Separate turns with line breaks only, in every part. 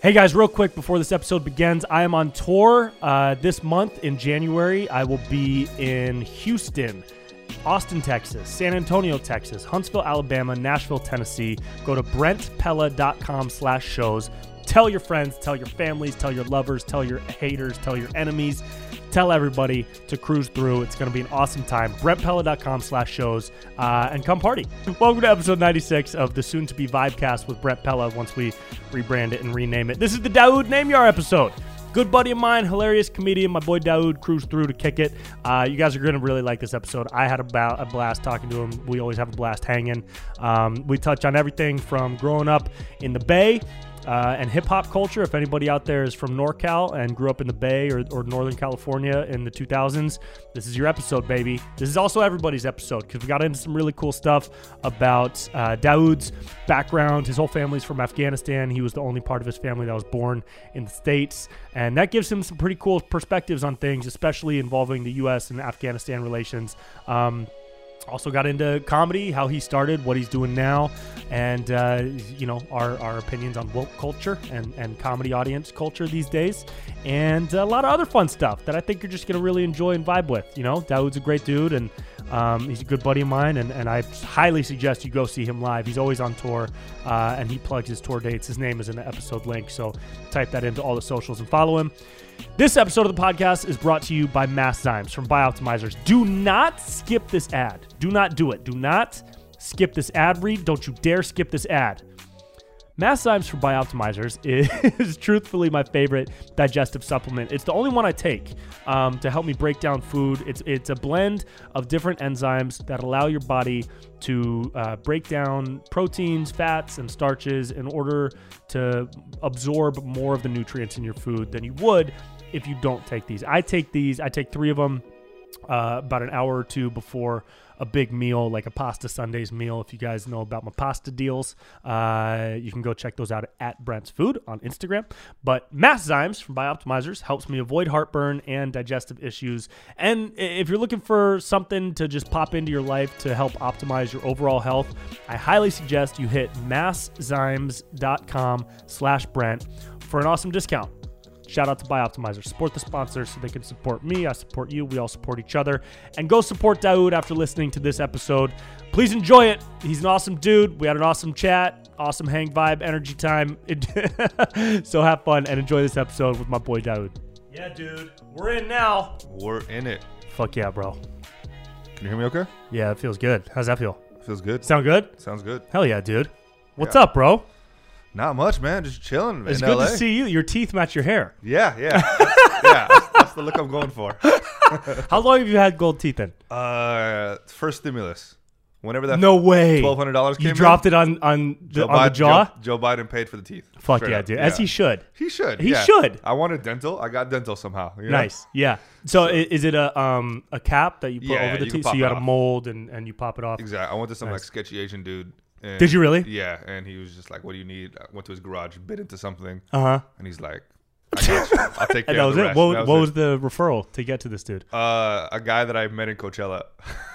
Hey guys, real quick before this episode begins, I am on tour uh, this month in January. I will be in Houston, Austin, Texas, San Antonio, Texas, Huntsville, Alabama, Nashville, Tennessee. Go to brentpella.com slash shows. Tell your friends, tell your families, tell your lovers, tell your haters, tell your enemies. Tell everybody to cruise through. It's going to be an awesome time. BrentPella.com slash shows uh, and come party. Welcome to episode 96 of the soon to be Vibecast with Brent Pella once we rebrand it and rename it. This is the Daoud Name Yar episode good buddy of mine, hilarious comedian, my boy Daoud cruised through to kick it. Uh, you guys are going to really like this episode. I had a, ba- a blast talking to him. We always have a blast hanging. Um, we touch on everything from growing up in the Bay. Uh, and hip hop culture. If anybody out there is from NorCal and grew up in the Bay or, or Northern California in the 2000s, this is your episode, baby. This is also everybody's episode because we got into some really cool stuff about uh, Daoud's background. His whole family's from Afghanistan. He was the only part of his family that was born in the States. And that gives him some pretty cool perspectives on things, especially involving the U.S. and Afghanistan relations. Um, also got into comedy, how he started, what he's doing now, and uh, you know our, our opinions on woke culture and, and comedy audience culture these days, and a lot of other fun stuff that I think you're just gonna really enjoy and vibe with. You know, Dawood's a great dude, and um, he's a good buddy of mine, and, and I highly suggest you go see him live. He's always on tour, uh, and he plugs his tour dates. His name is in the episode link, so type that into all the socials and follow him. This episode of the podcast is brought to you by Masszymes from Buy Optimizers. Do not skip this ad. Do not do it. Do not skip this ad read. Don't you dare skip this ad. Masszymes for Bioptimizers is truthfully my favorite digestive supplement. It's the only one I take um, to help me break down food. It's it's a blend of different enzymes that allow your body to uh, break down proteins, fats, and starches in order to absorb more of the nutrients in your food than you would if you don't take these. I take these. I take three of them uh, about an hour or two before a big meal, like a pasta Sundays meal. If you guys know about my pasta deals, uh, you can go check those out at Brent's Food on Instagram. But Masszymes from Bioptimizers helps me avoid heartburn and digestive issues. And i- if you're looking for something to just pop into your life to help optimize your overall health, I highly suggest you hit masszymes.com slash Brent for an awesome discount. Shout out to Buy Optimizer. Support the sponsor so they can support me. I support you. We all support each other. And go support Daoud after listening to this episode. Please enjoy it. He's an awesome dude. We had an awesome chat, awesome hang vibe, energy time. It- so have fun and enjoy this episode with my boy Daoud. Yeah, dude. We're in now.
We're in it.
Fuck yeah, bro.
Can you hear me okay?
Yeah, it feels good. How's that feel?
Feels good.
Sound good?
Sounds good.
Hell yeah, dude. What's
Yeah.
up, bro?
Not much, man. Just chilling
It's
in
good
LA.
to see you. Your teeth match your hair.
Yeah, yeah. That's- yeah, that's, that's the look I'm going for.
How long have you had gold teeth in?
Uh, first stimulus. Whenever that
No way.
$1,200 came
You dropped it on on the, on the jaw.
Joe, Biden paid for the teeth.
Fuck
Straight
yeah,
up.
dude. As he should.
He should.
He
yeah.
should.
I wanted dental. I got dental somehow. you know?
Nice. Yeah. So, i is it a um a cap that you put
Yeah,
over the
you
teeth?
pop
So you
it
had a
off.
mold and and you pop it off.
Exactly. I went to some like sketchy Asian dude. and-
Did you really?
Yeah, and he was just like, "What do you need?" I went to his garage, bit into something,
Uh huh.
and he's like, I got you. "I'll take care
And that
of
was
the
it.
rest."
What,
That
what
it.
was the referral to get to this dude?
Uh, a guy that I met in Coachella.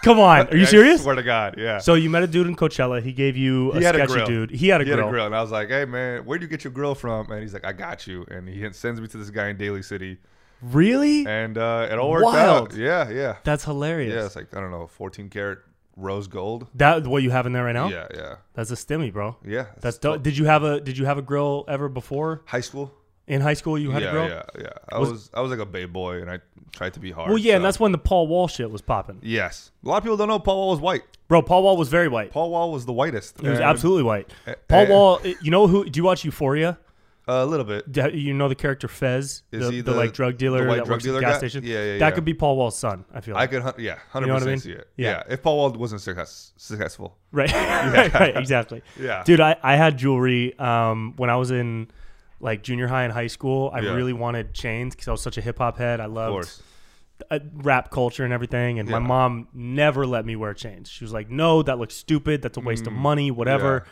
Come on. Are you
I
serious?
Swear to God, yeah.
So you met a dude in Coachella. He gave you a
He had a
sketchy
grill.
dude. He had a
he
grill.
had a grill, and I was like, "Hey, man, where'd you get your grill from?" And he's like, "I got you." And he sends me to this guy in Daly City,
Really?
and uh, it all worked
Wild.
out. Yeah, yeah,
That's hilarious.
yeah. It's like I don't know, 14 karat rose gold.
That what you have in there right now?
Yeah, yeah,
That's a stimmy, bro.
yeah.
That's dope. Did you have a Did you have a grill ever before
high school.
in high school? You had a
Yeah,
grill.
yeah, yeah. I was, I was like a bay boy, and I tried to be hard.
Well, yeah,
so-
and that's when the Paul Wall shit was popping.
yes. A lot of people don't know Paul Wall was white.
Bro, Paul Wall was very white.
Paul Wall was the whitest.
He was
and, eh,
absolutely white. Paul
and-
Wall, eh, you know who? Do you watch Euphoria?
a little bit.
Do You know the character Fez,
Is
the,
he
the,
the-
like drug dealer
the white
that
drug
works at the
dealer
gas
guy?
station.
Yeah, yeah,
that
yeah.
could be Paul Wall's son. I feel
I
like.
could, hun- yeah, hundred
know what I mean?
percent see it.
Yeah.
Yeah. if Paul Wald wasn't success, successful,
right, right, right, exactly.
Yeah.
dude, I, I had jewelry um, when I was in like junior high and high school. I
Yeah.
really wanted chains because I was such a hip hop head. I
of
loved
course.
uh, rap culture and everything. And my
Yeah. Mm,
mom never let me wear chains. She was like, "No, that looks stupid. That's a waste of money. Whatever."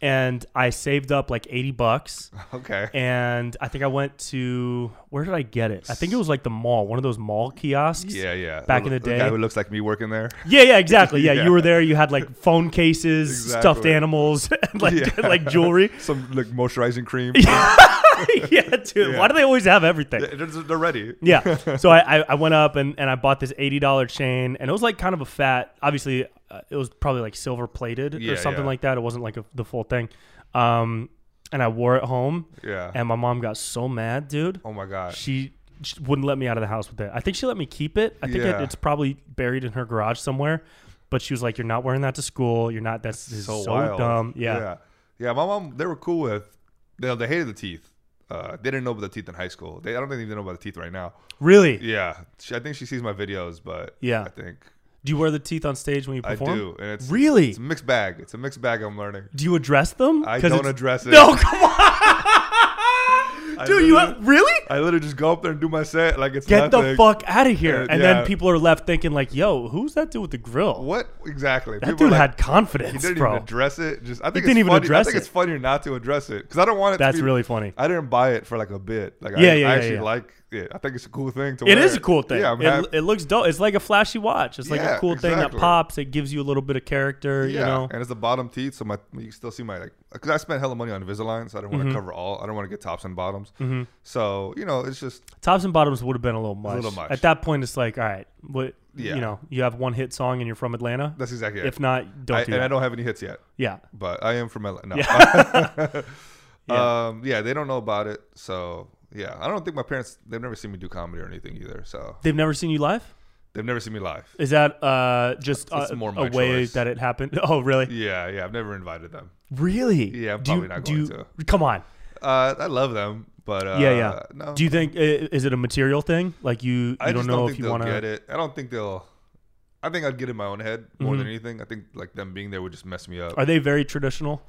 and I saved up like 80 bucks.
Okay.
And I think I went to where did I get it? I think it was like the mall, one of those mall kiosks.
yeah, yeah.
Back in the day.
guy who looks like me working there.
Yeah, yeah, exactly. Yeah,
Yeah.
you were there. You had like phone cases, stuffed
Exactly.
animals, and like
Yeah.
like jewelry.
Some like moisturizing cream.
yeah, dude.
Yeah.
Why do they always have everything?
They're, they're ready.
Yeah. So I, I, I went up and, and I bought this eighty dollar chain, and it was like kind of a fat. Obviously, uh, it was probably like silver plated
Yeah,
or something
yeah.
like that. It wasn't like a, the full thing. Um, and I wore it home,
Yeah.
and my mom got so mad, dude.
oh my god.
She, she wouldn't let me out of the house with it. I think she let me keep it. I think
Yeah.
it, it's probably buried in her garage somewhere. But she was like, "You're not wearing that to school. You're not. That's this is so, dumb. Yeah.
yeah. Yeah, My mom, they were cool with. They, they hated the teeth. Uh, they didn't know about the teeth in high school. They, I don't think they even know about the teeth right now.
Really?
Yeah, she, I think she sees my videos, but
Yeah.
I think
Do you wear the teeth on stage when you
I
perform?
do, and it's
Really?
it's a mixed bag. It's a mixed bag. I'm learning.
Do you address them?
I
'Cause
don't
it's-
address it.
No, come on, dude. You
literally-
really
I literally just go up there and do my set like it's
get
nothing.
the fuck out of here,
Uh,
and
yeah.
then people are left thinking like, "Yo, who's that dude with the grill?
What exactly?
that dude had
He
confidence,
didn't
bro.
even address it. Just I think
He
it's
didn't even
funny-
address
I think
it.
it's funnier not to address it because I don't want it.
That's
to be,
really funny.
I didn't buy it for like a bit. Like I,
Yeah, yeah,
I
yeah,
actually
yeah.
like it. I think it's a cool thing to.
It
wear.
is a cool thing.
Yeah, I'm
it,
happy.
it looks dope. It's like a flashy watch. It's like
Yeah,
a cool thing that
exactly.
pops. It gives you a little bit of character.
yeah,
You know,
and it's the bottom teeth, so my you can still see my like because I spent hella money on Invisalign, so I don't
Mm-hmm.
want to cover all. I don't want to get tops and bottoms. So you know, it's just
tops and bottoms would have been a little much.
little much.
At that point, it's like, all right, what?
Yeah.
You know, you have one hit song and you're from Atlanta.
that's exactly it.
if not, don't
I,
do
and
that.
I don't have any hits yet,
yeah.
but I am from LA. No.
Yeah.
um, yeah, they don't know about it, so yeah, I don't think my parents. They've never seen me do comedy or anything either, so
They've never seen you live.
they've never seen me live.
Is that uh, just
It's- it's
a,
more my
a way
choice.
that it happened? Oh, really?
Yeah, yeah, I've never invited them.
Really?
Yeah, I'm
do you,
probably not
do
going
you, to. Come on.
Uh, I love them, but uh,
yeah, yeah.
No,
Do you think i- is it a material thing? Like you, you
I
don't
just
know
don't
if
think
you
they'll
want
get
to.
it. I don't think they'll. I think I'd get in my own head more
Mm-hmm.
than anything. I think like them being there would just mess me up.
Are they very traditional?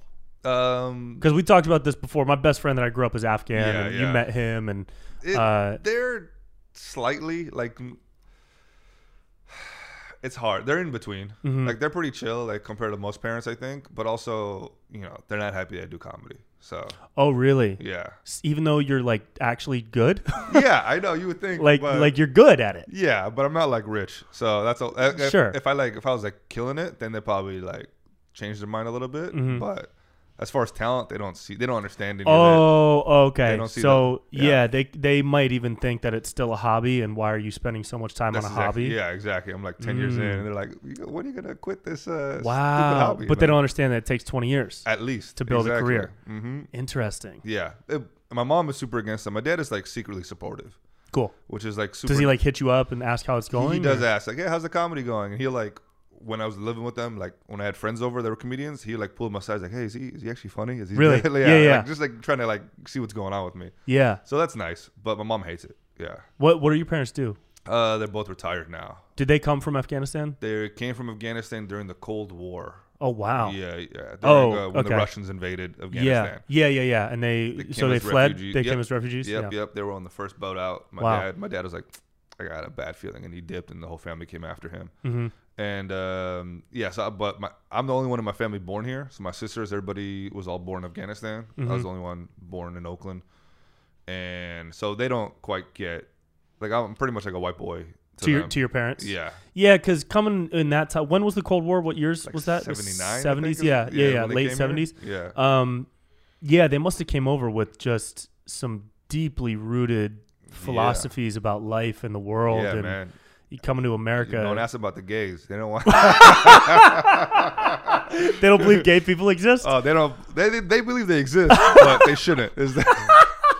Um,
Because we talked about this before. My best friend that I grew up is Afghan,
Yeah,
and
yeah.
you met him, and
it,
uh,
they're slightly like m- it's hard. They're in between.
Mm-hmm.
Like they're pretty chill, like compared to most parents, I think. But also, you know, they're not happy that I do comedy. So
oh, really?
yeah,
S- Even though you're like actually good,
yeah, I know you would think
like
but,
like you're good at it.
Yeah, but I'm not like rich, so that's all. If, if-
Sure.
If I like, if I was like killing it, then they probably like change their mind a little bit. But as far as talent, they don't see, they don't understand any of
Mm-hmm. Oh,
They
okay.
don't see
So
that.
yeah.
Yeah.
they they might even think that it's still a hobby, and why are you spending so much time
that. That's
on a
exactly-
hobby? Mm.
Yeah, exactly. I'm like ten years in, and they're like, "You- "When are you gonna quit this?" Uh, stupid
Wow.
hobby,
but they
man?"
don't understand that it takes 20 years.
At least
to build a
Exactly.
career.
Mhm.
Interesting.
Yeah. It- my mom is super against them. My dad is like secretly supportive,
Cool.
which is like super.
Does he like hit you up and ask how it's going?
He does
or-
ask like, "Hey, how's the comedy going?" And he'll like, when I was living with them, like when I had friends over, they were comedians. He like pulled my aside, like, "Hey, is he is he actually funny? Is he
Really?
yeah,
Yeah, yeah.
Like, just like trying to like see what's going on with me."
Yeah.
So that's nice, but my mom hates it. Yeah,
What What do your parents do?
uh, they're both retired now.
Did they come from Afghanistan?
They came from Afghanistan during the Cold War.
Oh wow.
Yeah, yeah. During,
Oh,
uh, when
okay.
the Russians invaded
yeah,
Afghanistan.
yeah, yeah, yeah. And they,
came
so they
as
fled.
refugees.
They
Yep.
came as refugees.
Yep,
yeah.
yep. They were on the first boat out. My
Wow.
dad, my dad was like, I got a bad feeling, and he dipped, and the whole family came after him.
Mm-hmm.
And um, yeah, so I- but my, I'm the only one in my family born here. So my sisters, everybody was all born in Afghanistan. I
Mm-hmm.
was the only one born in Oakland, and so they don't quite get like I'm pretty much like a white boy to,
To your
them.
to your parents.
yeah.
yeah. Because coming in that time, when was the Cold War? What years was that? The
79 I think,
Seventies.
is-
Yeah, yeah, yeah.
when they came
Late
here.
seventies.
Yeah.
Um, yeah, they must have came over with just some deeply rooted philosophies about life and the world,
yeah,
and
man.
you coming to America.
Don't ask about the gays. They don't want.
they don't believe gay people exist.
Oh, they don't. They, they they believe they exist, but they shouldn't. Is that?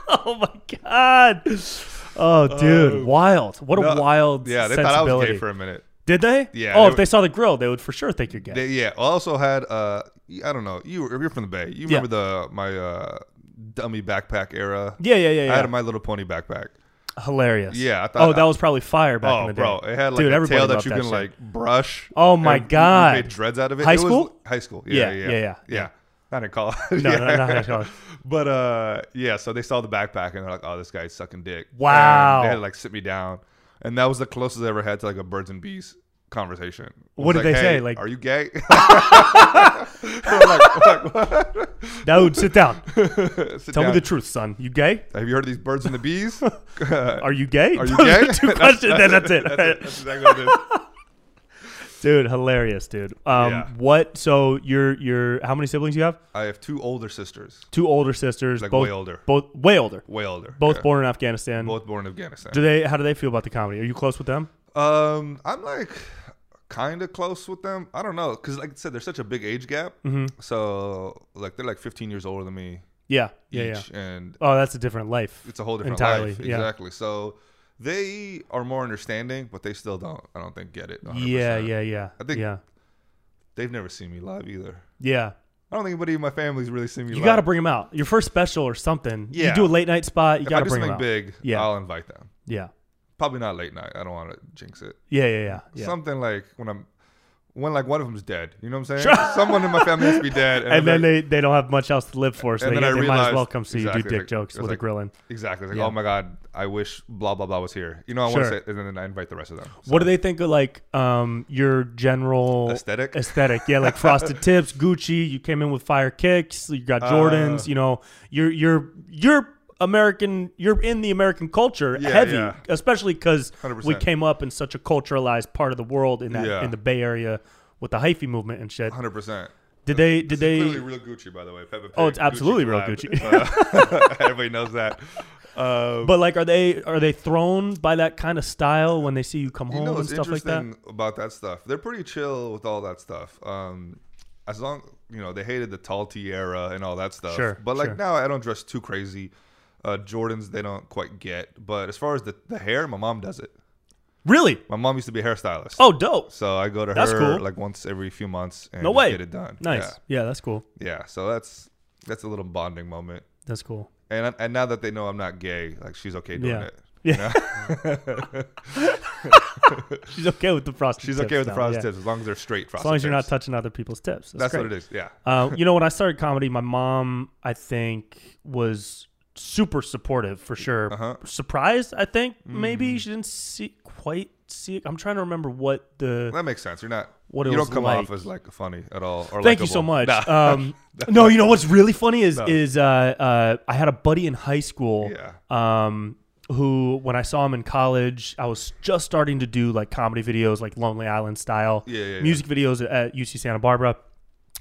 oh my god. Oh, dude, wild! What a
uh, No,
wild
Yeah, they thought I
sensibility.
was gay for a minute.
Did they?
Yeah,
Oh,
they
if
were-
they saw the grill, they would for sure think you're gay.
They, yeah. I also had uh, I don't know. You were, you're from the Bay. You
Yeah.
remember the my uh dummy backpack era?
yeah, yeah, yeah, yeah.
I had a My Little Pony backpack.
Hilarious.
Yeah, I thought-
Oh, that was probably fire back in
Oh,
the day.
bro, it had like
Dude,
a
everybody
tail
loved
that you can
shit.
like brush.
Oh, my
and you- you
God.
made dreads out of it.
High
It was
school?
high school.
Yeah,
Yeah, yeah,
yeah,
yeah,
yeah.
Not in college.
No,
yeah.
no, not in college.
But uh, yeah. So they saw the backpack and they're like, "Oh, this guy's sucking dick."
Wow.
And they had to like sit me down, and that was the closest I ever had to like a birds and bees conversation. It
What
was
did they
"Hey,
say? Like-
are you gay? I'm like, I'm like, what?
Daoud, sit down.
Sit
Tell
down.
me the truth, son. You gay?
Have you heard of these birds and the bees?
Are you gay?
Uh, Are you
Those
gay?
the two questions. then that's it.
That's exactly what it is.
dude, hilarious, dude. Um,
Yeah.
What? So you're you're how many siblings you have?
I have two older sisters,
Two older sisters.
like
both
way older,
both way older.
way older.
Both
yeah.
born in Afghanistan.
both born in Afghanistan.
Do they? How do they feel about the comedy? Are you close with them?
Um, I'm like kind of close with them. I don't know because, like I said, there's such a big age gap.
Mm-hmm.
So, like, they're like 15 years older than me
Yeah. Yeah. Yeah.
each, and
Oh, that's a different life.
it's a whole different
Entirely,
life.
yeah.
Exactly. So they are more understanding, but they still don't. I don't think get it. 100%.
Yeah, yeah, yeah.
I think-
yeah,
They've never seen me live either.
yeah.
I don't think anybody in my family's really seen me.
You
live.
got to bring them out. Your first special or something. You
Yeah.
do a late night spot. You
If
got
I
to
do
bring them
something
out.
big,
Yeah.
I'll invite them.
Yeah,
Probably not late night. I don't want to jinx it.
yeah, yeah, yeah. yeah.
Something like when I'm. When like one of them's dead, you know what I'm saying? Someone in my family has to be dead,
and
I'm
then they, they don't have much else to live for, so
and
they,
then I
they might as
realized-
well come see you do
exactly,
dick
like-
jokes
it's
with a
like-
grilling.
Exactly. It's like,
Yeah.
oh my God, I wish blah blah blah was here. You know, I
Sure.
want to say, and then I invite the rest of them. So,
What do they think of like um your general
Aesthetic?
Aesthetic, yeah, like frosted tips, Gucci. You came in with fire kicks. You
Uh,
got Jordans. you know, you're you're you're American. You're in the American culture
Yeah,
heavy,
yeah.
especially because we
100%.
came up in such a culturalized part of the world in that
Yeah.
in the Bay Area with the hyphy movement and shit.
Hundred percent.
Did they? Did they?
Clearly, real Gucci, by the way. Peppa Pig,
Oh, it's
Gucci
absolutely real
collab. Uh, everybody knows that. Um,
But like, are they are they thrown by that kind of style when they see you come
you
home
know
and
what's
stuff like that?
interesting about that stuff? They're pretty chill with all that stuff. Um, as long you know, they hated the tall tee era and all that stuff.
Sure,
But like
sure.
now, I don't dress too crazy. Uh, Jordans, they don't quite get. But as far as the, the hair, my mom does it.
Really?
My mom used to be a hairstylist.
Oh, dope.
So I go to
That's
her
cool.
like once every few months and
No
just
way.
get it done.
Nice. yeah, that's cool.
Yeah. yeah. So that's that's a little bonding moment.
That's cool.
And and now that they know I'm not gay, like she's okay doing
Yeah.
it.
Yeah. She's okay with the frosted.
She's
tips
okay with the
now,
frosted
yeah.
tips as long as they're straight frosted.
As long as you're not
tips.
touching other people's tips. That's,
That's
great.
what it is. Yeah.
Uh, you know, when I started comedy, my mom, I think, was super supportive for sure.
Uh-huh. Mm-hmm.
Surprised, I think, maybe she didn't see quite see. It. I'm trying to remember what the.
That makes sense. You're not.
What it
you
was
don't come
like.
off as like funny at all. Or
Thank you so
likable.
much.
Nah.
Um, no, you know what's really funny is is uh, uh, I had a buddy in high school
Yeah.
um, who, when I saw him in college, I was just starting to do like comedy videos, like Lonely Island style,
Yeah, yeah, yeah.
music videos at UC Santa Barbara.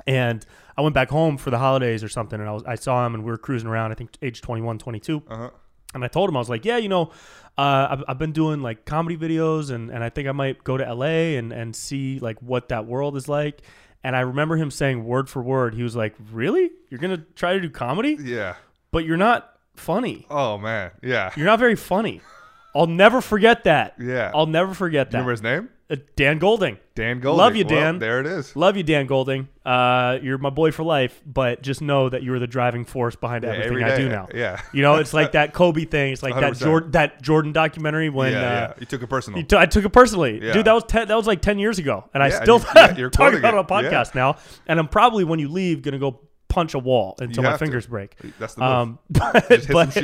And I went back home for the holidays or something, and I was I saw him, and we were cruising around. I think age 21, 22.
Uh-huh.
And I told him, I was like, yeah, you know, uh, I've, I've been doing like comedy videos and, and I think I might go to LA and, and see like what that world is like. And I remember him saying word for word, he was like, really? You're going to try to do comedy?
Yeah.
But you're not funny.
Oh man. Yeah.
You're not very funny. I'll never forget that.
Yeah.
I'll never forget that.
Remember his name?
Uh, Dan Golding.
Dan Golding.
Love you,
Well,
Dan.
there it is.
Love you, Dan Golding. Uh, you're my boy for life, but just know that you're the driving force behind everything
every
I
day.
do now.
Yeah.
You know, it's like that Kobe thing. It's like that
100%.
Jordan, that Jordan documentary when
yeah,
uh,
yeah. You took it personal.
You t- I took it personally,
Yeah.
dude. That was ten, that was like ten years ago, and I
Yeah, and
still
you- yeah, you're
talk
quoting
about it on a
it.
podcast now. And I'm probably when you leave gonna go punch a wall until
You
my
have to.
fingers break.
That's the move.
Um, but,
Just hit
but-
some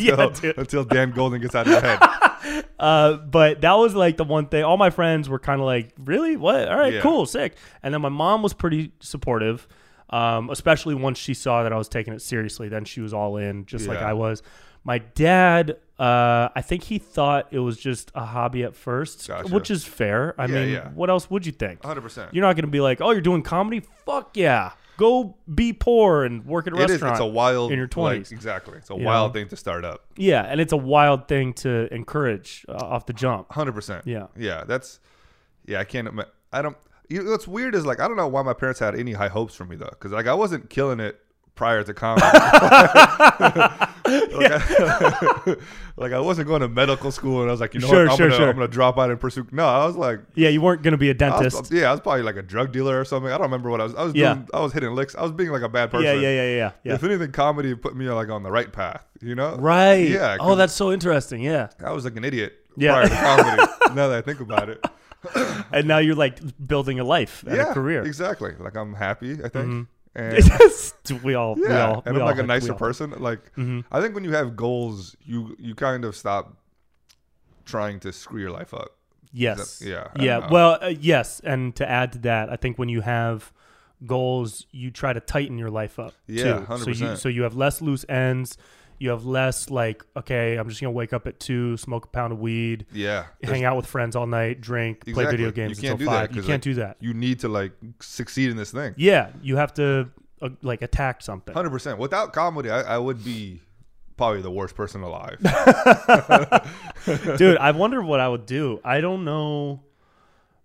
Yeah,
until
dude.
until Dan Golden gets out of your head.
uh, but that was like the one thing. All my friends were kind of like, "Really? What? All right,
Yeah.
cool, sick." And then my mom was pretty supportive, um, especially once she saw that I was taking it seriously. Then she was all in, just like
Yeah.
I was. My dad, uh, I think he thought it was just a hobby at first,
Gotcha.
which is fair. I
Yeah,
mean,
yeah.
what else would you think?
100%.
You're not going to be like, "Oh, you're doing comedy? Fuck yeah! Go be poor and work at a
It is.
restaurant."
It's a wild.
in your
like,
20s.
exactly. It's a
You
wild
know?
thing to start up.
yeah, and it's a wild thing to encourage uh, off the jump.
Hundred percent.
Yeah.
Yeah. That's. Yeah. I can't. ima- I don't. You know, what's weird is like I don't know why my parents had any high hopes for me though, because like I wasn't killing it prior to comedy. like, I, like, I wasn't going to medical school, and I was like, you know,
Sure,
what? I'm,
sure,
gonna,
sure.
I'm gonna drop out and pursue. No, I was like.
Yeah, you weren't going to be a
I
dentist.
was, yeah, I was probably like a drug dealer or something. I don't remember what I was. I was
Yeah.
doing. I was hitting licks. I was being like a bad person.
Yeah, yeah, yeah, yeah, yeah.
If anything, comedy put me like on the right path. You know.
right.
Yeah.
Oh,
'cause
that's so interesting. Yeah.
I was like an idiot
Yeah.
prior to comedy. now that I think about it.
And now you're like building a life and a career.
Exactly. Like I'm happy, I think. And
Yes. we all. We
yeah,
all.
and
we
I'm
all-
like a
we
nicer
all- Mm-hmm.
person. Like I think when you have goals, you you kind of stop trying to screw your life up.
Yes.
yeah, I
Yeah.
don't know.
Well, uh, yes. And to add to that, I think when you have goals, you try to tighten your life up. too.
Yeah,
So you
100%.
so you have less loose ends. You have less like okay, I'm just gonna wake up at two, smoke a pound of weed,
Yeah.
hang out with friends all night, drink, play video
Exactly. You
games
can't do
until
that
five. you
'cause,
can't do
like,
that.
You need to like succeed in this thing.
Yeah, you have to uh, like attack something.
Hundred percent. Without comedy, I, I would be probably the worst person alive.
Dude, I wonder what I would do. I don't know.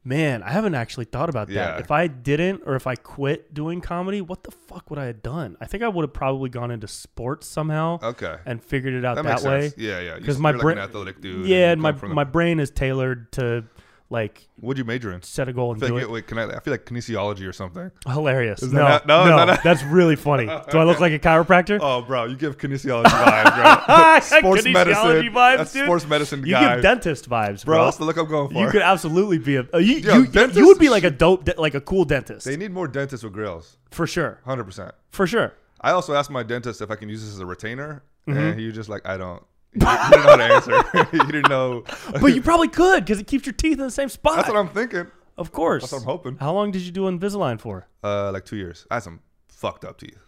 Man, I haven't actually thought about that.
Yeah.
If I didn't or if I quit doing comedy, what the fuck would I have done? I think I would have probably gone into sports somehow
Okay,
and figured it out
Oh, that
that,
makes
way.
sense. Yeah, yeah. You-
'Cause my
you're like
brain-
an athletic dude.
Yeah,
you
and my
come from the-
my brain is tailored to like
what'd you major in?
set a goal and
I feel
do
like,
it.
wait, can I, I feel like kinesiology or something.
Hilarious.
that
No,
not-
no,
no,
no,
no, no.
that's really funny. Do I look like a chiropractor?
Oh, bro, you give kinesiology vibes, bro. Sports
Kinesiology
medicine.
vibes,
That's
dude.
sports medicine
You
guy.
give dentist vibes,
bro,
bro.
that's the look I'm going for.
you could absolutely be a uh, you,
Yeah,
you,
dentists
you would be
and
like a dope de- like a cool dentist
they need more dentists with grills.
for sure,
Hundred percent.
for sure.
I also asked my dentist if I can use this as a retainer,
Mm-hmm.
and he was just like, "I don't." He didn't he didn't know how to answer. he didn't know.
But you probably could because it keeps your teeth in the same spot.
That's what I'm thinking.
of course.
That's what I'm hoping.
How long did you do Invisalign for?
Uh, like two years. I had some fucked up teeth.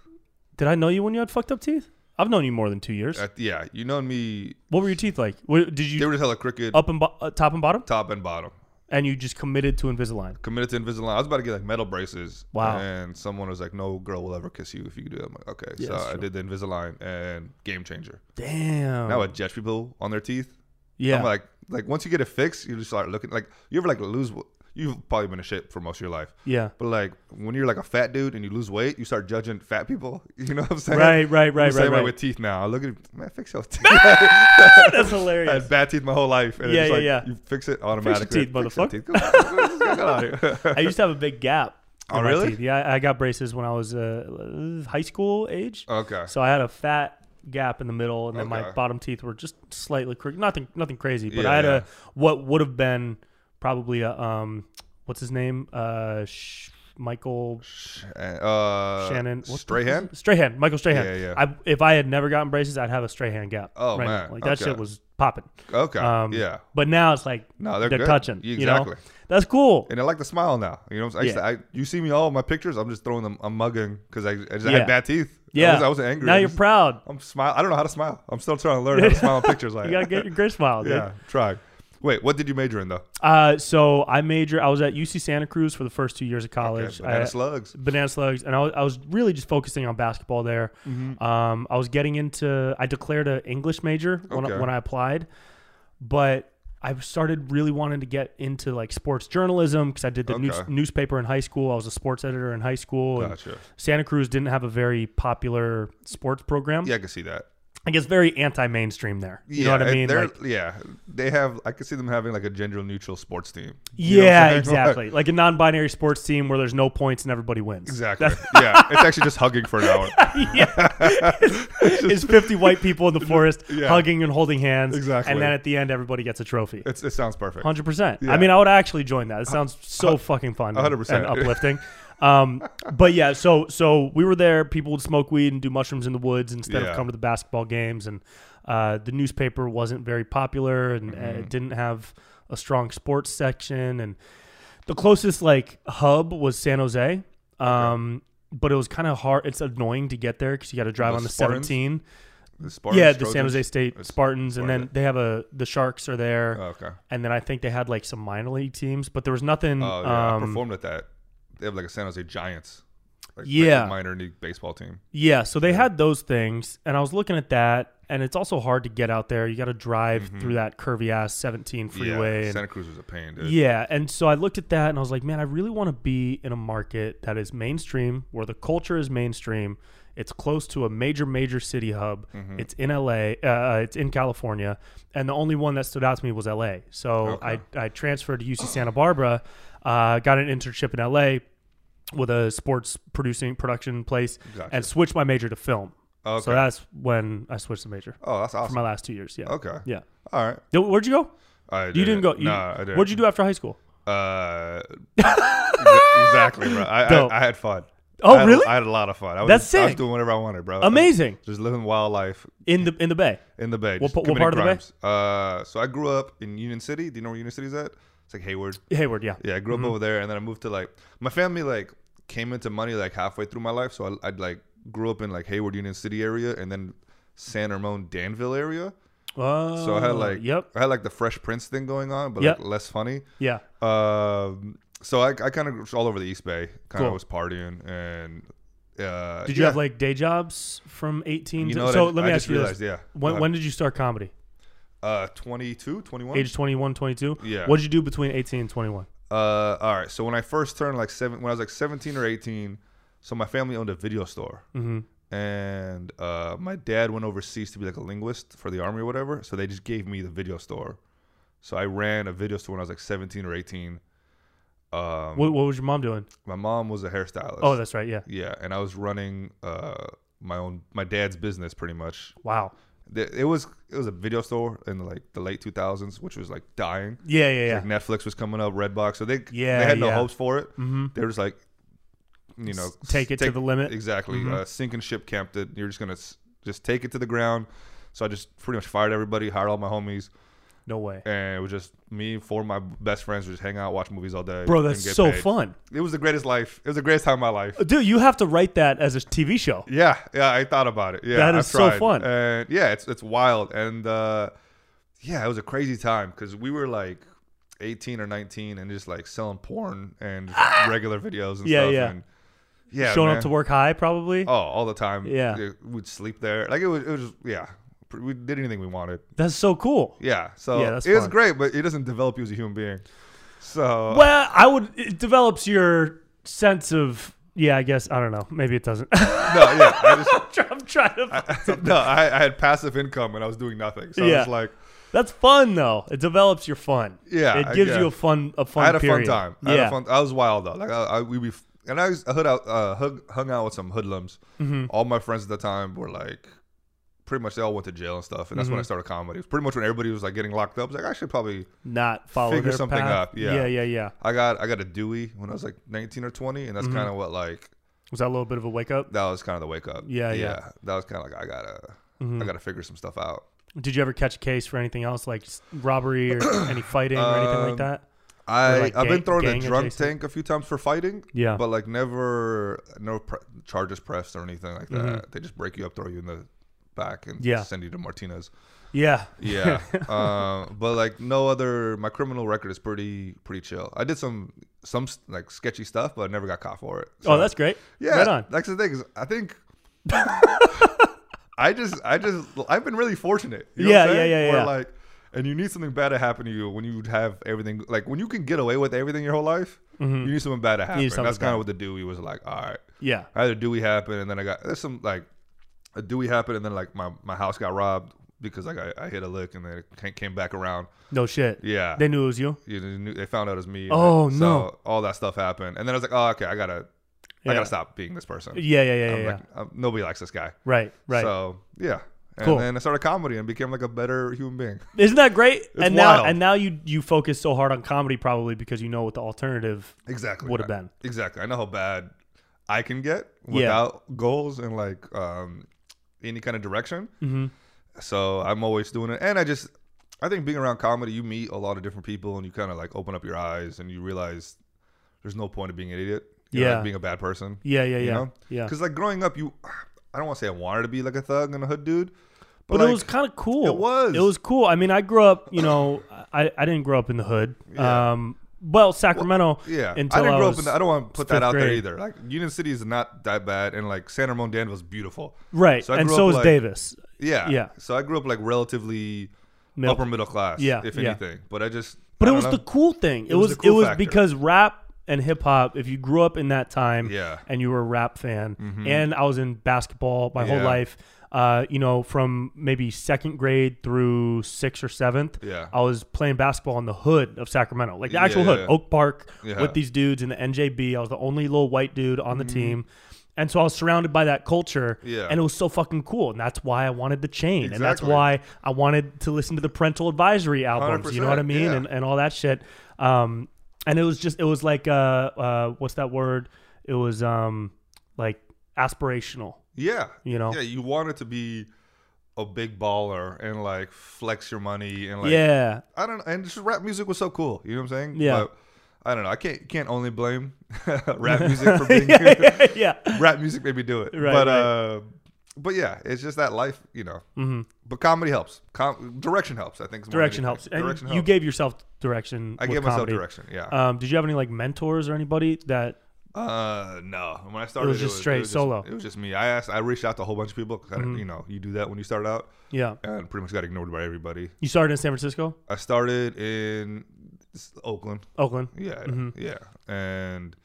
Did I know you when you had fucked up teeth? I've known you more than two years.
Uh, yeah, you know me.
what were your teeth like? What, did
They
you
were just hella crooked,
up and bo- uh, top and bottom,
top and bottom.
and you just committed to Invisalign?
Committed to Invisalign. I was about to get like metal braces.
Wow.
And someone was like, "No girl will ever kiss you if you do that." I'm like, okay.
Yeah,
so
that's
I
true.
did the Invisalign and game changer.
Damn.
Now I judge people on their teeth.
yeah.
I'm like, like once you get it fixed, you just start looking like you ever like lose. You've probably been in shape for most of your life.
yeah.
But like when you're like a fat dude and you lose weight, you start judging fat people. You know what I'm saying?
Right, right,
I'm
right,
the same
right,
way
right.
with teeth now. I look at man, fix your teeth.
That's
I
hilarious.
had bad teeth my whole life. And
Yeah,
it's
yeah,
like,
yeah.
You fix it automatically.
teeth,
Fix your
motherfucker.
teeth. Come on, get out of here.
I used to have a big gap. in
Oh,
my
really?
Teeth. Yeah, I I got braces when I was uh, high school age.
okay.
So I had a fat gap in the middle, and then my
Okay.
bottom teeth were just slightly crooked. Nothing, nothing crazy, but
Yeah,
I had
yeah.
a what would have been probably a um, what's his name, uh, Sh- Michael
Sh- uh,
Shannon what the-
Strahan?
Strahan, Michael Strahan.
Yeah, yeah.
I, if I had never gotten braces, I'd have a Strahan gap.
Oh,
right
man.
now. like that
Okay.
shit was popping.
Okay.
Um,
yeah.
But now it's like
No, they're
they're
good.
touching.
Yeah,
You know,
exactly.
that's cool.
And I like the smile now. You know what I'm saying? I used to, I, you see me all my pictures. I'm just throwing them. I'm mugging because I, I just
Yeah.
had bad teeth. I,
Yeah,
was, I wasn't angry.
Now
I
you're
just-
proud.
I'm smile. I don't know how to smile. I'm still trying to learn how to smile on pictures. Like
You gotta get your grit smile, dude.
yeah, try. Wait, what did you major in though?
Uh, so I major. I was at UC Santa Cruz for the first two years of
Okay,
college.
banana
I-
slugs.
banana slugs and I was, I was really just focusing on basketball there
Mm-hmm.
um, i was getting into i declared an english major when, I,
Okay.
when i applied but i started really wanting to get into like sports journalism because i did the news,
Okay.
newspaper in high school i was a sports editor in high school and
Gotcha.
santa cruz didn't have a very popular sports program
Yeah, I can see that.
i guess very anti-mainstream there you
yeah,
know what i
and
mean
They're,
Like,
yeah, they have. I could see them having like a gender neutral sports team. You know what I'm
yeah
saying?
exactly like a non-binary sports team where there's no points and everybody wins
exactly. yeah, it's actually just hugging for an hour.
yeah. it's 50 white people in the forest
Yeah.
hugging and holding hands.
Exactly.
And then at the end, everybody gets a trophy.
It's, it sounds perfect.
100%. I
Yeah.
mean, I would actually join that. It sounds so fucking fun and-
100%.
and uplifting. Um, but yeah, so so we were there. People would smoke weed and do mushrooms in the woods instead
Yeah.
of come to the basketball games. And uh, the newspaper wasn't very popular and
Mm-hmm.
uh, it didn't have a strong sports section. And the closest like hub was San Jose. Um, But it was kind of hard. It's annoying to get there because you got to drive
The
on the
Spartans?
17.
The Spartans,
yeah, the San
Trojans?
Jose State
It's-
Spartans, and then
Spartans.
they have a the Sharks are there,
Oh, okay.
and then I think they had like some minor league teams, but there was nothing.
Oh yeah, I
um,
performed at that. They have like a San Jose Giants. Like, like,
Yeah.
minor league baseball team.
yeah, so they had those things, and I was looking at that, and it's also hard to get out there. You got to drive
Mm-hmm.
through that curvy ass 17 freeway,
yeah,
and
Santa Cruz was a pain. Dude.
Yeah, and so I looked at that and I was like, man, I really want to be in a market that is mainstream, where the culture is mainstream. It's close to a major, major city hub.
Mm-hmm.
It's in LA. Uh, it's in California, and the only one that stood out to me was LA. So I I transferred to UC Santa Barbara, uh, got an internship in LA with a sports producing production place,
Gotcha.
and switched my major to film.
Okay.
So that's when I switched the major
Oh, that's
for
awesome.
my last two years. Yeah.
okay.
Yeah.
All right.
Th- Where'd you go?
I
You didn't go.
No,
You,
nah, I didn't.
What'd you do after high school?
Uh, exa- exactly, bro. I,
Dope.
I, I had fun.
Oh,
I had,
really?
I had a lot of fun. I was,
That's
just- I was
sick.
doing whatever I wanted, bro.
Amazing.
Just living wildlife
in the in the bay.
in the Bay.
What
just
pa- what
committing
part of the Bay?
crimes. Uh, so I grew up in Union City. Do you know where Union City's at? It's like Hayward.
Hayward, yeah.
Yeah, I grew up over there, and then I moved to like my family like came into money like halfway through my life, so I, I'd like grew up in like Hayward Union City area, and then San Ramon Danville area.
Oh,
So I had like
yep,
I had like the Fresh Prince thing going on, but
Yep.
like less funny.
yeah.
Um, so I, I kind of was all over the East Bay, kind of
Cool.
was partying, and uh,
Did you
yeah.
have like day jobs from 18
You
to
know what
So
I-
let me
I
ask
just
you
realized,
this.
yeah.
When,
Uh,
when did you start comedy?
uh 22, 21?
Age 21, 22?
Yeah.
What did you do between 18 and 21?
Uh, all right. So when I first turned like seven, when I was like seventeen or eighteen, so my family owned a video store,
Mm-hmm.
and uh, my dad went overseas to be like a linguist for the army or whatever. So they just gave me the video store. So I ran a video store when I was like seventeen or eighteen. Um,
What, what was your mom doing?
my mom was a hairstylist.
Oh, that's right. Yeah.
yeah, and I was running uh my own my dad's business pretty much.
Wow.
Th- It was it was a video store in like the late two thousands, which was like dying.
Yeah, yeah, yeah.
Like Netflix was coming up, Redbox, so they
Yeah,
they had no
yeah.
hopes for it. They were just like, you know,
Mm-hmm. S- take it to the limit.
Exactly,
Mm-hmm.
uh, sink and ship camped it. You're just gonna s- just take it to the ground. So I just pretty much fired everybody, hired all my homies,
No way.
and it was just me and four of my best friends would just hang out, watch movies all day.
Bro,
and
that's
get
so
paid.
fun.
It was the greatest life. It was the greatest time of my life.
Dude, you have to write that as a TV show.
Yeah, yeah, I thought about it. Yeah,
That
I've
is so
tried.
fun.
And yeah, it's it's wild. And uh, yeah, it was a crazy time because we were like 18 or 19 and just like selling porn and regular videos and
Ah! Yeah,
stuff.
yeah.
And yeah,
Showing
man.
up to work high, probably.
Oh, all the time.
Yeah.
we'd sleep there. Like it was, it was yeah. pr- We did anything we wanted.
That's so cool.
Yeah, so
Yeah, that's
it was
fun.
great, but it doesn't develop you as a human being. So
Well, I would. It develops your sense of. Yeah, I guess I don't know. Maybe it doesn't.
no, yeah, I just
I'm trying to.
no, I, I had passive income and I was doing nothing. So I
Yeah.
was like,
That's fun though. It develops your fun.
Yeah,
it gives
yeah.
you a fun, a fun.
I had a
period.
fun time. I
yeah,
had a fun. I was wild though. Like I, I we be and I used, I hood out, uh, hung, hung out with some hoodlums.
Mm-hmm.
All my friends at the time were like, pretty much they all went to jail and stuff. And that's when I
Mm-hmm.
started comedy. It was pretty much when everybody was like getting locked up. I was like, I should probably.
not follow
Figure
their
something
path.
up, yeah.
yeah, yeah, yeah.
I got I got a Dewey when I was like 19 or 20, and that's
Mm-hmm.
kind of what like
Was that a little bit of a wake up?
that was kind of the wake up.
Yeah, Hmm. yeah.
That was kind of like I gotta I gotta figure some stuff out.
Mm-hmm. Did you ever catch a case for anything else like s- robbery or any fighting or anything like
Um,
that?
I
like,
I've
gang-
been thrown in
gang
the drunk
adjacent?
tank a few times for fighting.
Yeah.
but like never no pre- charges pressed or anything like that. They just break you up, throw you in the back, and
Mm-hmm. Yeah.
send you to Martinez.
Yeah,
Yeah, um, but like no other. My criminal record is pretty pretty chill. I did some some like sketchy stuff, but I never got caught for it.
Oh,
So-
that's great.
yeah.
Right on.
That's the thing. Is I think. I just, I just, I've been really fortunate. You know
Yeah,
what I'm
yeah,
saying?
yeah,
Where
yeah.
like, and you need something bad to happen to you when you have everything. Like when you can get away with everything your whole life, you need something bad to happen.
Mm-hmm. something
That's kind
bad.
of what the Dewey was like. All right,
Yeah.
I had a Dewey happen, and then I got there's some like a Dewey happened, and then like my my house got robbed because like I, I hit a lick, and then it ca- came back around.
No shit.
Yeah,
They knew it was you.
you know, they knew- they found out it was me. and
Oh,
then-
no.
So all that stuff happened, and then I was like, oh okay, I gotta,
Yeah.
I gotta stop being this person.
Yeah, yeah, yeah, yeah.
I'm
yeah.
like, um, nobody likes this guy.
right, right.
So yeah. And
Cool.
then I started comedy and became like a better human being.
Isn't that great? and now
wild.
and now you you focus so hard on comedy probably because you know what the alternative
Exactly.
Would've been.
Exactly. I know how bad I can get
Yeah.
without goals and like um, any kind of direction.
Mhm.
So I'm always doing it. And I just, I think being around comedy, you meet a lot of different people and you kind of like open up your eyes and you realize there's no point of being an idiot. You know, like
Yeah.
being a bad person.
Yeah, yeah,
You
yeah.
know?
Yeah.
Because like growing up, you, I don't want to say I wanted to be like a thug and a hood dude.
But
like,
it was kind of cool.
it was.
It was cool. I mean, I grew up, you know, I, I didn't grow up in the hood.
Yeah.
Um well, Sacramento
Yeah,
until
I didn't grow up in.
was-
The, I don't want to put that
fifth
out there
grade.
either. Like Union City is not that bad, and like San Ramon Danville's beautiful.
Right.
So I
and
grew
so
up,
is
like-
Davis.
Yeah,
Yeah.
So I grew up like relatively
Middle-
upper middle class.
Yeah,
if
yeah.
anything. But I just.
But
I
it
don't
was
know.
the cool thing. It, was,
was the cool
it was
factor.
because rap and hip hop, if you grew up in that time
Yeah. Mm-hmm.
and you were a rap fan and I was in basketball my whole
Yeah.
life, uh, you know, from maybe second grade through sixth or seventh.
Yeah.
I was playing basketball in the hood of Sacramento, like the actual
Yeah,
hood,
yeah.
Oak Park,
Yeah. Mm-hmm.
with these dudes in the NJB. I was the only little white dude on the team. And so I was surrounded by that culture,
Yeah.
and it was so fucking cool, and that's why I wanted the chain, and that's
Exactly.
why I wanted to listen to the parental advisory albums. You know what I
100%,
mean?
yeah.
And and all that shit. Um, and it was just it was like uh, uh what's that word? It was um like aspirational.
Yeah.
you know?
Yeah, you wanted to be a big baller and like flex your money and like
yeah.
I don't know. And just rap music was so cool. You know what I'm saying?
Yeah.
But I don't know. I can't can't only blame rap music for being
yeah, yeah, yeah.
rap music made me do it.
Right,
but
right.
uh but yeah, it's just that life, you know.
hmm
But comedy helps. Com- direction helps. I think is more than
Direction helps.
anything.
And
Direction
you
helps.
gave yourself direction.
I
with
gave myself
comedy.
direction. Yeah.
Um, did you have any like mentors or anybody that?
Uh no. When I started,
was just straight
just-
solo. Mm-hmm.
It was just me. I asked. I reached out to a whole bunch of people. 'cause I didn't- You know, you do that when you start out,
Yeah,
and pretty much got ignored by everybody.
you started in San Francisco,
I started in s- Oakland.
Oakland.
Yeah,
Mm-hmm.
yeah, and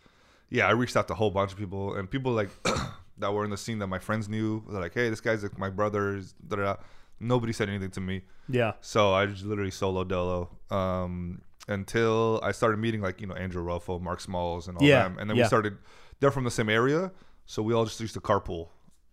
yeah, I reached out to a whole bunch of people and people like that were in the scene that my friends knew. They're like, "Hey, this guy's like my brother's." Da, da, da. Nobody said anything to me,
Yeah,
so I just literally solo dolo um, until I started meeting like you know Andrew Ruffo, Mark Smalls, and all
Yeah,
them. And then
yeah.
we started. They're from the same area, so we all just used to carpool.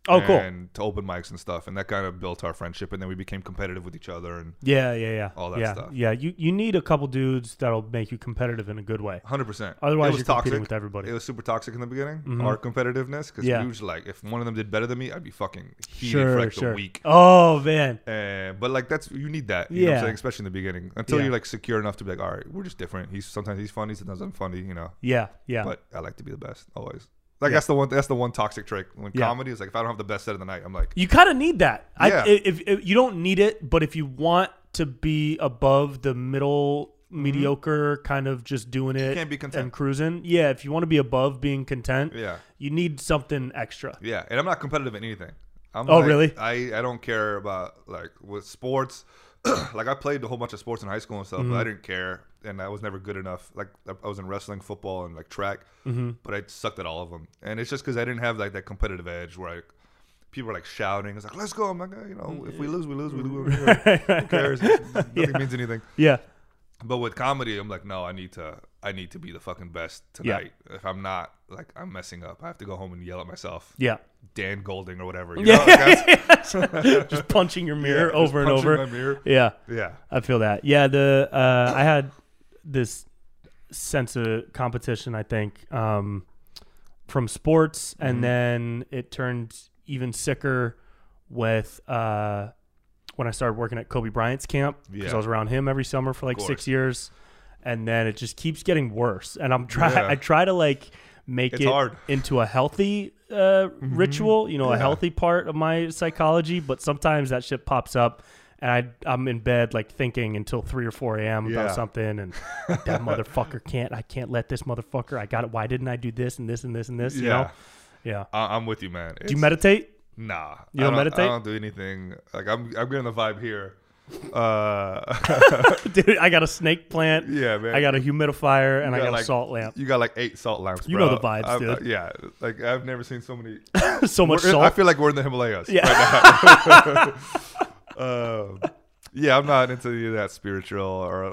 Oh, cool.
And to open mics and stuff, and that kind of built our friendship. And then we became competitive with each other, and
yeah, yeah, yeah.
All that
yeah.
stuff.
Yeah, you you need a couple dudes that'll make you competitive in a good way.
100%.
Otherwise,
it was
you're
toxic.
competing with everybody.
It was super toxic in the beginning, our competitiveness, because
Mm-hmm. Yeah.
we was like, if one of them did better than me, I'd be fucking heated for
sure,
like
sure.
a week.
Oh man,
And, but like that's you need that, you know what
Yeah.
I'm saying? Especially in the beginning, until
Yeah.
you're like secure enough to be like, all right, we're just different. He's sometimes he's funny, sometimes I'm funny, you know.
yeah, yeah.
But I like to be the best always. Like that's the one. That's the one toxic trick when
Yeah.
comedy is like, if I don't have the best set of the night, I'm like,
You kind of need that.
Yeah.
I, if, if you don't need it, but if you want to be above the middle, mediocre, kind of just doing it
Mm-hmm. can't be
and
content.
cruising, yeah. If you want to be above being content,
yeah,
you need something extra.
yeah. And I'm not competitive in anything. I'm
Oh,
like-
really?
I I don't care about like with sports. like I played a whole bunch of sports in high school and stuff, but I
Mm-hmm.
didn't care, and I was never good enough. Like I I was in wrestling, football, and like track,
Mm-hmm.
but I sucked at all of them. And it's just because I didn't have like that competitive edge where I, people were like shouting, "It's like let's go!" I'm like, "Eh, you know, if we lose, we lose, we lose. We lose. Who cares? Nothing means anything.
Yeah,
But with comedy, I'm like, no, I need to, I need to be the fucking best
Yeah.
tonight. If I'm not, like, I'm messing up. I have to go home and yell at myself.
yeah.
Dan Golding or whatever. You
Yeah.
know? Like, that's-
just punching your
yeah,
mirror
just
over and
punching
over.
my mirror.
Yeah,
Yeah.
I feel that. Yeah, the uh, I had this sense of competition. I think um, from sports,
Mm-hmm.
and then it turned even sicker with uh, when I started working at Kobe Bryant's camp because I
Yeah.
was around him every summer for like six
course.
years, and then it just keeps getting worse. And I'm try
Yeah.
I try to like make
It's
it
hard.
into a healthy uh,
Mm-hmm.
ritual, you know, a healthy part of my psychology. But sometimes that shit pops up, and I I'm in bed like thinking until three or four a.m.
Yeah.
about something, and like, that motherfucker can't. I can't let this motherfucker. I got it. Why didn't I do this and this and this and this? You know?
Yeah.
Yeah.
I, I'm with you, man.
Do you
It's-
meditate?
Nah.
You
I
don't meditate?
I don't do anything. Like, I'm, I'm getting the vibe here. Uh,
Dude, I got a snake plant.
yeah, man.
I got a humidifier and I
You
got a
like-
salt lamp.
You got like eight salt lamps.
You know
bro.
the vibes,
I'm- uh,
dude.
yeah, like I've never seen so many.
so much
We're in- I
salt.
feel like we're in the Himalayas.
Yeah.
Um, yeah, I'm not into any of that spiritual or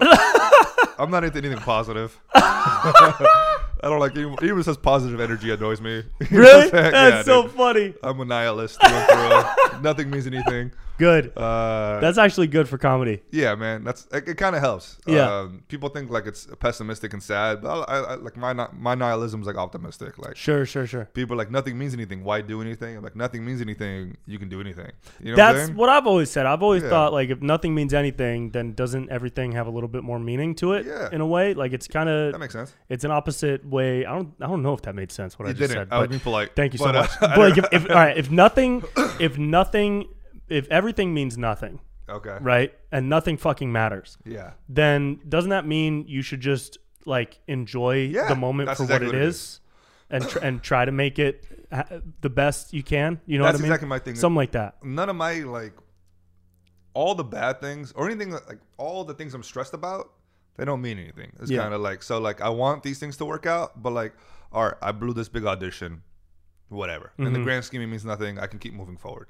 I'm not into anything positive. I don't like anyone, anyone who says positive energy annoys me. You know what
really?
I'm saying?
That's
Yeah,
so
dude.
funny.
I'm a nihilist. through and through. Nothing means anything.
Good.
Uh,
That's actually good for comedy.
yeah, man. That's it. it kind of helps.
Yeah.
Um, people think like it's pessimistic and sad, but I, I, I- like my ni- my nihilism's like optimistic. Like
Sure, sure, sure.
people are like nothing means anything. Why do anything? I'm like nothing means anything. You can do anything. You know what I'm
That's
saying?
what I've always said. I've always
Yeah.
thought like if nothing means anything, then doesn't everything have a little bit more meaning to it
Yeah.
in a way? Like it's kind
that
of
makes sense.
it's an opposite way. I don't I don't know if that made sense what I
You
just said.
didn't. I was
But
being polite.
thank you so
But, uh,
much. But like if, if all right, if nothing if nothing if everything means nothing,
okay.
right? And nothing fucking matters.
Yeah.
then doesn't that mean you should just like enjoy
Yeah,
the moment
that's
for
exactly
what
what
it
it
is, and tr- and try to make it ha- the best you can? You know
That's
what I mean?
exactly my thing.
Something like that.
None of my like all the bad things or anything that- like all the things I'm stressed about, they don't mean anything. It's
Yeah.
kind of like so like I want these things to work out, but like all right, I blew this big audition. Whatever. In the
Mm-hmm.
grand scheme, it means nothing. I can keep moving forward.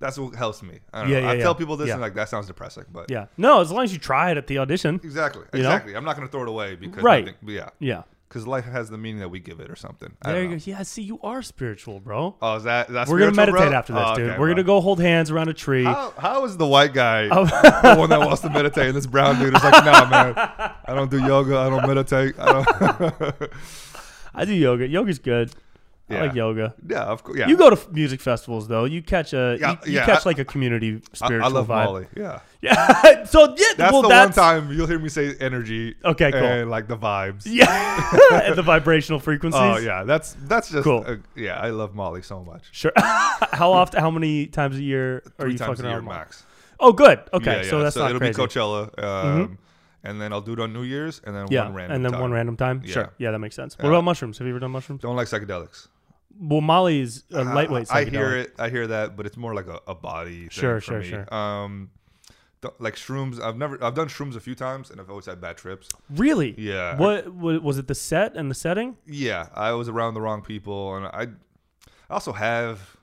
That's what helps me. I, don't
Yeah,
know.
yeah,
I
yeah.
tell people this
Yeah.
and like that sounds depressing, but
Yeah. No, as long as you try it at the audition.
exactly,
know?
exactly. I'm not gonna throw it away because
Right.
nothing- yeah,
Yeah.
because life has the meaning that we give it or something. I
There
don't
you
know.
go. Yeah. See, you are spiritual, bro.
Oh, is that that's
We're gonna
spiritual, bro?
meditate after this,
Oh,
dude.
okay,
We're
bro.
gonna go Oh. hold hands around a tree.
How, how is the white guy the one that wants to meditate? And this brown dude is like, nah, man, I don't do yoga. I don't meditate. I don't.
I do yoga. Yoga's good. I like
Yeah.
yoga.
Yeah, of course. Yeah,
You go to f- music festivals though. You catch a
Yeah,
you, you
yeah,
catch
I-
like a community
I, I
spiritual
love
vibe.
Molly. Yeah,
Yeah. so yeah,
that's
well
the
that's
one time you'll hear me say energy.
Okay, cool.
And like the vibes.
yeah, the vibrational frequencies.
Oh yeah, that's that's just
Cool.
uh, yeah, I love Molly so much.
Sure. how often? How many times a year are
Three
you
times
fucking
a year
around? with Molly?
max.
Oh, good. Okay,
Yeah,
so
yeah.
that's not
it'll
crazy. Mm-hmm.
be Coachella, um, and then I'll do it on New Year's, and then
yeah,
one random.
and then
time.
one random time.
Yeah.
Sure. Yeah, that makes sense. What about mushrooms? Have you ever done mushrooms?
Don't like psychedelics.
Well, Molly is a
Uh,
lightweight.
I hear
psychedelic.
it. I hear that, but it's more like a, a body. Thing
Sure,
for
sure,
me.
sure.
Um, th- like shrooms. I've never. I've done shrooms a few times, and I've always had bad trips.
Really?
Yeah.
What wa- was it? The set and the setting?
Yeah, I was around the wrong people, and I, I also have.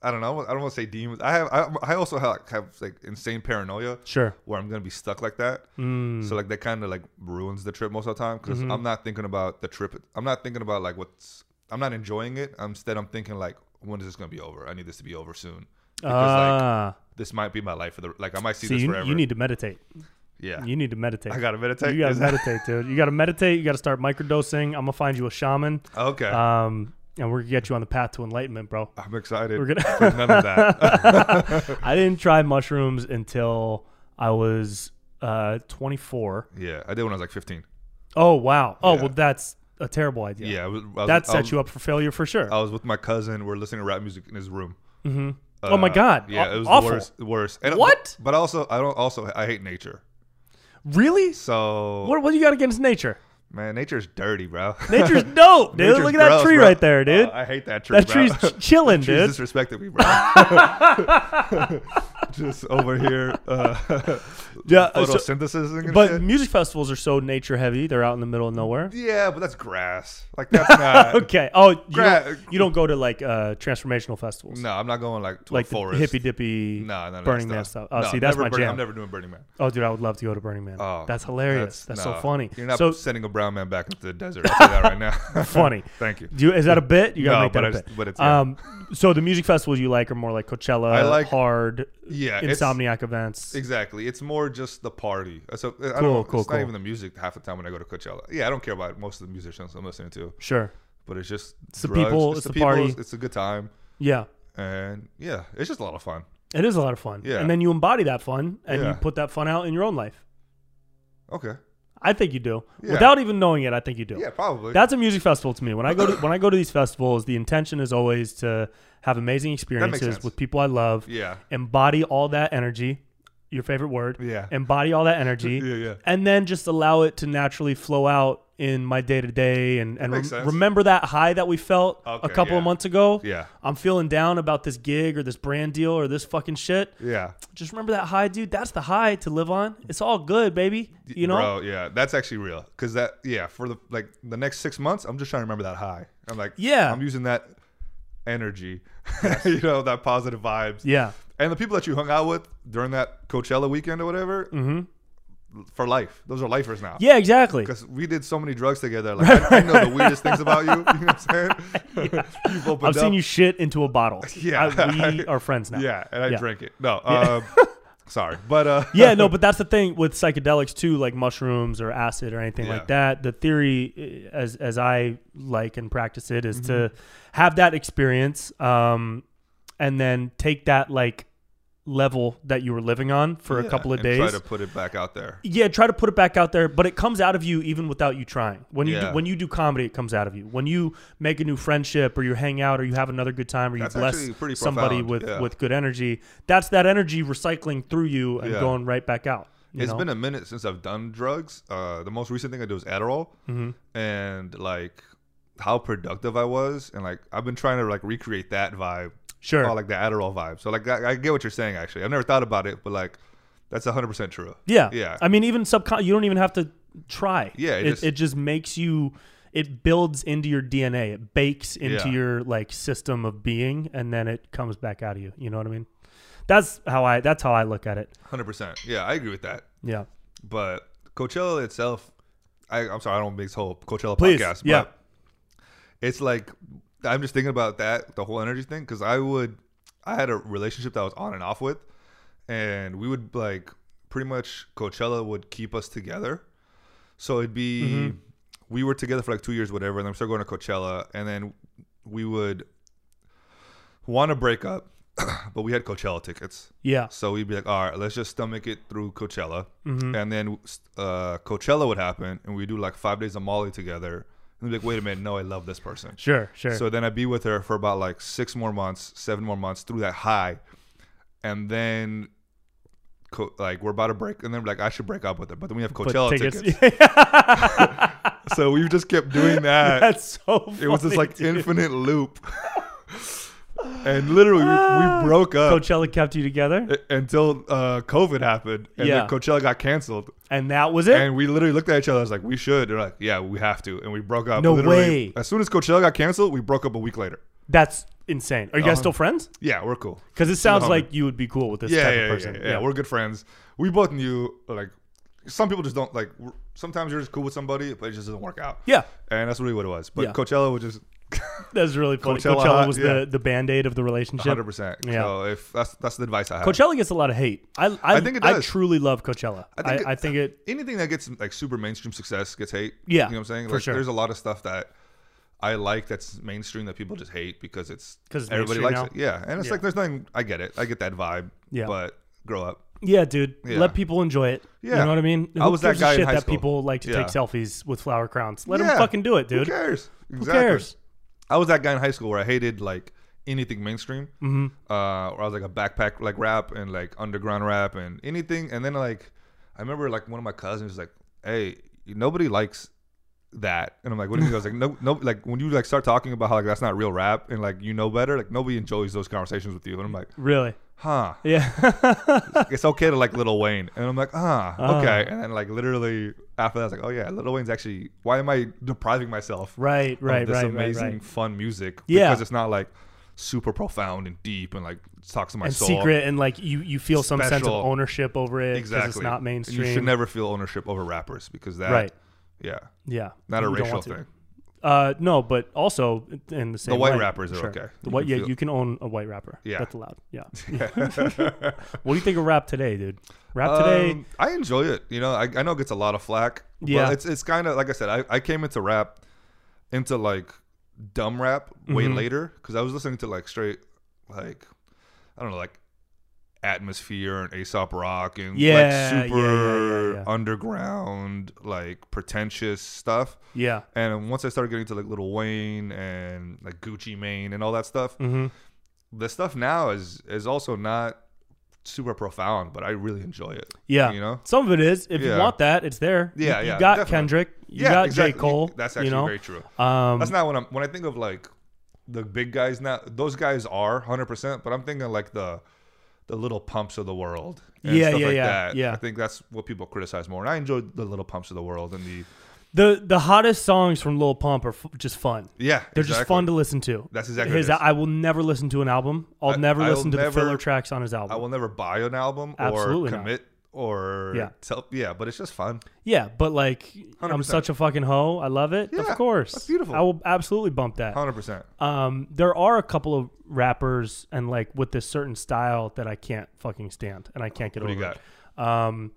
I don't know. I don't want to say demons. I have. I, I also have, have like insane paranoia
Sure.
where I'm gonna be stuck like that.
Mm,
So like that kind of like ruins the trip most of the time because
Mm-hmm.
I'm not thinking about the trip. I'm not thinking about like what's. I'm not enjoying it. Instead, I'm thinking like, when is this gonna be over? I need this to be over soon. Because like
ah,
this might be my life for the like I might see
see,
this
you,
forever.
you need to meditate.
yeah.
You need to meditate.
I gotta meditate.
you gotta
Is that-
meditate, dude. You gotta meditate. You gotta start microdosing. I'm gonna find you a shaman,
okay.
um, and we're gonna get you on the path to enlightenment, bro.
I'm excited.
we're gonna-
for none of that.
I didn't try mushrooms until I was uh, 24.
yeah, I did when I was like 15.
Oh wow. Oh
Yeah.
well, that's a terrible idea.
Yeah, Um, uh, I was, I was,
that
I
set
was-
you up for failure for sure.
I was with my cousin. We're listening to rap music in his room. Uh,
oh my god.
Yeah,
Aw-
it was
awful.
the worst. The worst. And-
What?
But also, I don't. Also, I hate nature.
Really?
So
What what do you got against nature?
man, nature's dirty, bro.
Nature's dope, dude.
Nature's
Look at that
gross,
tree
bro.
right there, dude.
Uh, I hate that tree.
that
bro.
tree's ch- chilling,
Trees
dude.
disrespected me, bro. Just over here, uh,
Yeah, uh, so-
photosynthesis and
But
shit.
music festivals are so nature heavy. They're out in the middle of nowhere.
Yeah, but that's grass. Like that's not.
Okay. Oh, you
Gra-
don't, you don't go to like uh, transformational festivals.
No, I'm not going like to
Like
a
the
forest.
hippy dippy
No, no, no,
Burning Man stuff.
stuff.
Oh,
no,
see, that's
never
my
Burning- I'm
jam.
never doing Burning Man.
Oh, dude, I would love to go to Burning Man.
Oh,
that's hilarious. That's,
nah.
so funny.
You're not
so
sending a brown man back into the desert. I'll say that right now.
funny.
Thank you.
Do you, is that a bit? You gotta
No,
make that
but
a
I just-
bit.
but it's- yeah.
um, so the music festivals you like are more like Coachella,
I like-
hard,
Yeah, it's-
insomniac events.
Exactly. It's more just the party. Uh, So I don't,
Cool,
it's
cool,
not
cool.
even the music half the time when I go to Coachella. Yeah, I don't care about most of the musicians I'm listening to,
sure.
but it's just it's
the people, it's the party.
It's, it's a good time,
Yeah.
and yeah, it's just a lot of fun.
It is a lot of fun.
Yeah.
And then you embody that fun and you
Yeah.
put that fun out in your own life.
Okay.
I think you do.
Yeah.
Without even knowing it, I think you do.
Yeah, probably.
That's a music festival to me. When I go to when I go to these festivals, the intention is always to have amazing experiences
sense.
with people I love,
yeah.
embody all that energy, your favorite word,
Yeah.
embody all that energy,
Yeah, yeah.
and then just allow it to naturally flow out in my day to day and and
Makes
rem-
sense.
remember that high that we felt a
Okay,
couple of
yeah.
months ago.
Yeah.
I'm feeling down about this gig or this brand deal or this fucking shit.
Yeah.
Just remember that high, dude. That's the high to live on. It's all good, baby. You know?
Bro, yeah, that's actually real. Cause that, yeah, for the like the next six months, I'm just trying to remember that high. I'm like,
Yeah.
I'm using that energy, you know, that positive vibes.
Yeah.
And the people that you hung out with during that Coachella weekend or whatever, for life. Those are lifers now.
Mm-hmm. Yeah, exactly.
Because we did so many drugs together. Like, I, I know the weirdest things about you. You know what I'm saying? You've opened
I've
up.
seen you shit into a bottle.
Yeah.
I- we are friends now.
Yeah. And I
Yeah.
drink it. No. Um, sorry. But, uh,
yeah, no, but that's the thing with psychedelics too, like mushrooms or acid or anything like that. The theory, eh, as as I like and practice it, is
Mm-hmm.
to have that experience, um, and then take that like level that you were living on for a
yeah,
couple of
and Try
days.
to put it back out there.
yeah, try to put it back out there, but it comes out of you even without you trying. When you
Yeah.
do, when you do comedy, it comes out of you. When you make a new friendship or you hang out or you have another good time or you
That's
bless
actually pretty
somebody
profound,
with
yeah.
with good energy, that's that energy recycling through you and
Yeah.
going right back out. You
It's
know?
been a minute since I've done drugs. Uh, the most recent thing I did was Adderall,
Mm-hmm.
and like how productive I was, and like I've been trying to like recreate that vibe,
Sure.
or, Oh, like the Adderall vibe. So like I, I get what you're saying. Actually, I've never thought about it, but like that's 100 percent true.
Yeah.
Yeah.
I mean, even subcon, you don't even have to try.
Yeah,
It,
it
it, just,
just-
makes you, it builds into your DNA. It bakes into
Yeah.
your like system of being and then it comes back out of you. You know what I mean? That's how I, that's how I look at it.
100. percent Yeah, I agree with that.
Yeah.
But Coachella itself, I, I'm sorry, I don't make this whole Coachella
Please,
podcast. But
yeah.
It's like I'm just thinking about that the whole energy thing because I would I had a relationship that I was on and off with, and we would like pretty much Coachella would keep us together.
Mm-hmm.
So it'd be we were together for like two years, whatever, and then we started going to Coachella, and then we would want to break up, but we had Coachella tickets.
Yeah.
So we'd be like, all right, let's just stomach it through Coachella.
Mm-hmm.
And then uh, Coachella would happen, and we'd do like five days of Molly together. And we'd be like, wait a minute, no, I love this person.
Sure. Sure.
So then I'd be with her for about like six more months, seven more months through that high. And then, co- like, we're about to break. And then, we're like, I should break up with her. But then we have
But
Coachella
tickets-
tickets. so we just kept doing that.
That's so. Funny,
it was this like
dude.
infinite loop. and literally, we,
Ah.
we broke up.
Coachella kept you together,
until uh, COVID happened and
Yeah.
then Coachella got canceled.
and that was it.
And we literally looked at each other. I was like, we should. They're like, yeah, we have to. And we broke up.
No
literally.
way.
As soon as Coachella got canceled, we broke up a week later.
That's insane. Are you guys still friends?
Yeah, we're cool.
Because it sounds
homie.
like you would be cool with this
Um, Yeah,
type
yeah,
of
yeah,
person.
yeah, yeah. We're good friends. We both knew, like, some people just don't, like, we're- sometimes you're just cool with somebody, but it just doesn't work out.
Yeah.
And that's really what it was. But
Yeah.
Coachella was just
That's really funny. Coachella,
Coachella hot,
was
yeah.
the, the band aid of the relationship.
100%.
Yeah.
So if that's, that's the advice I have.
Coachella gets a lot of hate. I I,
I think it
I
does.
truly love Coachella. I
think
I,
it-
think it
anything that gets like super mainstream success gets hate.
Yeah,
you know what I'm saying.
for
like,
sure.
There's a lot of stuff that I like that's mainstream that people just hate because it's
'Cause it's
everybody likes
mainstream
it. Yeah, and it's like there's nothing. I get it. I get that vibe.
Yeah.
but grow up.
yeah, dude.
Yeah.
Let people enjoy it. You
Yeah.
know what I mean? Who
I was that
gives a
guy in
shit
high
that
school.
people like to
Yeah.
take selfies with flower crowns. Let them
Yeah.
fucking do it, dude.
Who cares?
Who
Exactly.
cares?
I was that guy in high school where I hated like anything mainstream. Mm-hmm. Uh, or I was like a backpack like rap and like underground rap and anything. And then like I remember like one of my cousins was like, "Hey, nobody likes." that and i'm like what do you mean i was like no no like when you like start talking about how like that's not real rap and like you know better like nobody enjoys those conversations with you and i'm like
Really?
huh
Yeah.
it's okay to like Lil Wayne. And I'm like, ah, okay. And then like literally after that, I was like, oh yeah, Lil Wayne's actually. Why am I depriving myself
right. Right.
of Oh, this
Right. Right.
amazing
Right.
fun music?
Yeah.
because it's not like super profound and deep and like talks to my
And
soul.
secret, and like you, you feel some sense of
Special.
ownership over it because
exactly.
it's not
And
mainstream.
You should never feel ownership over rappers because that,
Right.
Yeah,
yeah, You
not a
don't
racial
want to.
thing.
Uh, no, but also in the same.
white
way,
rappers are okay.
The
You
white,
can
yeah,
feel-
you can own a white rapper.
Yeah.
that's allowed. Yeah. what do you think of rap today, dude? Rap today.
Um, I enjoy it. You know, I, I know it gets a lot of flack.
Yeah.
But it's it's kind of like I said, I, I came into rap, into like dumb rap way
Mm-hmm.
later because I was listening to like straight, like, I don't know, like Atmosphere and Aesop Rock and
Yeah, yeah, yeah,
like super
yeah, yeah.
underground, like pretentious stuff.
Yeah.
And once I started getting to like Little Wayne and like Gucci Mane and all that stuff,
Mm-hmm.
the stuff now is is also not super profound, but I really enjoy it.
Yeah.
You know?
Some of it is. If you
Yeah.
want that, it's there.
Yeah,
You, you
yeah,
got
definitely.
Kendrick. You got J. Cole.
That's actually
you know?
very true.
Um,
That's not what I'm when I think of like the big guys now those guys are 100%, but I'm thinking like the the little pumps of the world. And
Yeah,
stuff
yeah,
like
yeah,
that.
yeah.
I think that's what people criticize more. And I enjoyed the little pumps of the world and the
the the hottest songs from Lil Pump are f- just fun.
yeah,
They're just
exactly.
fun to listen to.
That's exactly
his.
what it is.
I will never listen to an album. I'll
I-
never
I will
listen to the
never-
filler tracks on his
I
album.
will never buy an album
Absolutely
or
not.
commit or
Yeah.
tell, yeah, but it's just fun.
Yeah, but like i am
100%.
such a fucking hoe. I love it. of
Yeah,
course.
that's beautiful.
I will absolutely bump that.
100%.
Um there are a couple of rappers and like with this certain style that I can't fucking stand and I can't get
What do
over.
you got?
it. Um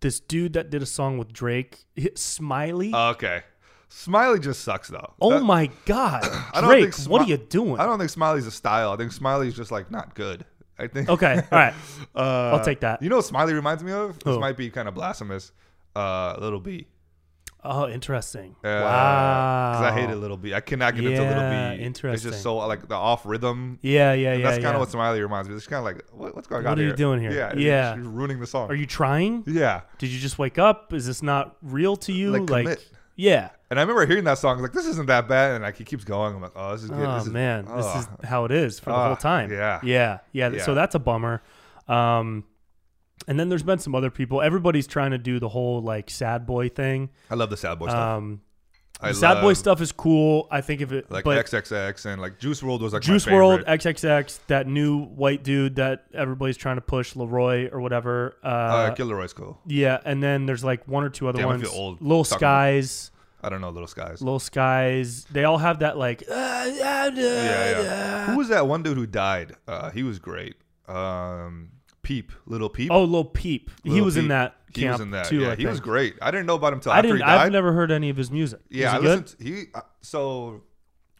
this dude that did a song with Drake, Smiley.
Okay. Smiley just sucks though.
oh
Uh, That-
my god.
I don't
Drake,
think Smi-
what are you doing?
I don't think Smiley's a style. I think Smiley's just like not good. I think
Okay. All right.
Uh,
I'll take that.
You know what Smiley reminds me of?
Who?
This might be kind of blasphemous. Uh, Little B.
Oh, interesting.
Uh,
wow.
Because I hated Little B. I cannot get into
Yeah,
Little B.
interesting.
It's just so like the off rhythm.
Yeah, yeah, yeah.
That's kind
yeah.
of what Smiley reminds me. It's kind of like what, what's going
What
on
are you
here?
doing here?
Yeah,
Yeah.
You're, just- you're ruining the song.
Are you trying?
yeah.
Did you just wake up? Is this not real to you?
Like,
Like,
commit.
yeah.
And I remember hearing that song. I was like this isn't that bad. And like he keeps going. I'm like, oh, this is good.
Oh
this is,
man, this
oh.
is how it is for the
Ah,
whole time.
yeah.
yeah, yeah, th- So
Yeah.
that's a bummer. Um, and then there's been some other people. Everybody's trying to do the whole like sad boy thing.
I love the sad boy stuff.
Um,
I
the sad boy
love,
stuff is cool. I think if it
like
but
XXX and like Juice World was like my
Juice World,
favorite.
XXX, that new white dude that everybody's trying to push, Leroy or whatever. Uh,
Uh, Killer Roy's cool.
yeah, and then there's like one or two other
Damn, I
ones.
feel old
Lil
talking about-
Skies.
I don't know Little Skies.
Little Skies. They all have that like. Oh, yeah,
yeah, yeah. Who was that one dude who died? Uh, he was great. Um, Peep, little Peep.
Oh, Lil Peep. he
Lil
was in
Peep.
that camp
He was in that.
too.
yeah,
I
he was
think.
great. I didn't know about him till
I
after
didn't.
he died.
I've never heard any of his music.
yeah,
Is
I
he good?
listened. He uh, so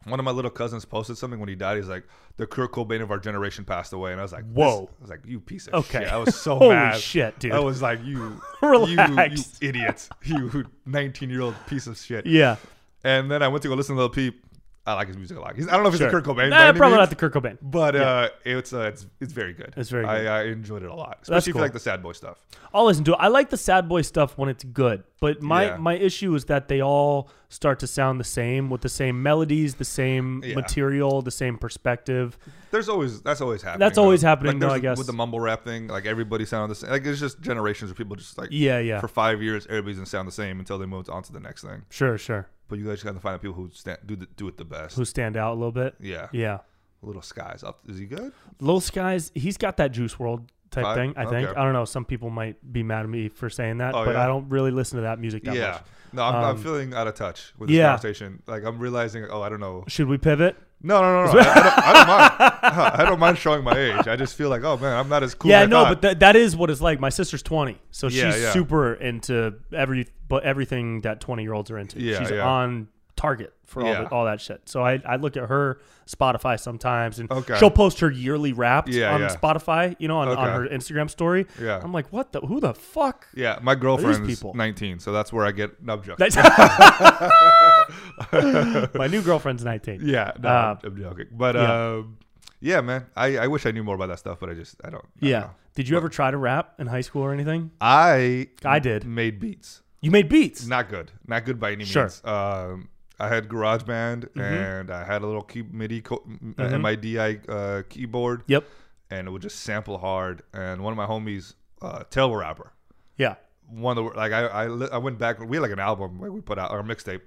One of my little cousins posted something when he died. He's like, "The Kurt Cobain of our generation passed away," and I was like, this-
Whoa.
I was like, "You piece of
Okay.
shit!" I was so
Holy
mad.
shit, dude.
I was like, "You,
Relax.
you, you idiot, you nineteen-year-old piece of shit."
Yeah.
And then I went to go listen to Lil Peep. I like his music a lot. He's, I don't know if he's a
Sure.
Kurt Cobain.
Nah,
by any
probably not
means,
the Kurt Cobain.
But uh, it's, uh, it's it's very good.
It's very good.
I, I enjoyed it a lot, especially if
cool.
you like the sad boy stuff.
I'll listen to it. I like the sad boy stuff when it's good, but my
Yeah.
my issue is that they all start to sound the same with the same melodies, the same
Yeah.
material, the same perspective.
There's always that's always happening.
That's always
though.
happening,
Like,
though,
there's
I guess.
with the mumble rap thing, like everybody sounded the same. Like it's just generations of people just like
Yeah, yeah.
for five years everybody's gonna sound the same until they move on to the next thing.
Sure, sure.
But you guys gotta find out people who stand, do the, do it the best.
Who stand out a little bit?
yeah.
Yeah.
Little Skies up. Is he good?
Lil Skies, he's got that Juice World type
Vibe?
thing. I think.
Okay.
I don't know. Some people might be mad at me for saying that,
Oh,
but
yeah?
I don't really listen to that music that
yeah.
much.
No, I'm, I'm
Um,
feeling out of touch with this
yeah.
conversation. Like I'm realizing, oh, I don't know.
Should we pivot?
No, no, no, no. I, I don't, I don't mind. I don't mind showing my age. I just feel like, oh man, I'm not as cool.
yeah,
as I
no,
thought.
but th- that is what it's like. My sister's twenty, so
Yeah,
she's
yeah.
super into every but everything that twenty year olds are into.
Yeah,
she's
yeah.
on target for all,
Yeah.
the, all that shit. So I, I look at her Spotify sometimes, and
Okay.
she'll post her yearly wrapped
Yeah,
on
yeah.
Spotify, you know, on, on
Okay.
her Instagram story.
Yeah.
I'm like, what the? Who the fuck?
yeah, my girlfriend's
people?
19, so that's where I get. No, I'm joking.
That's My new girlfriend's nineteen.
Yeah, no,
Uh,
I'm, I'm joking. But
yeah.
yeah, um, yeah man, I, I wish I knew more about that stuff, but I just I don't. I
Yeah.
don't know.
Did you ever try to rap in high school or anything?
I
I did.
made beats.
You made beats.
Not good. Not good by any
Sure. Mm-hmm.
means. Um, I had GarageBand and I had a little key, MIDI co- m- uh, MIDI uh, keyboard,
Yep.
and it would just sample hard. And one of my homies, uh, Tail Rapper,
Yeah.
one of the like I I, li- I went back. We had like an album like we put out or a mixtape,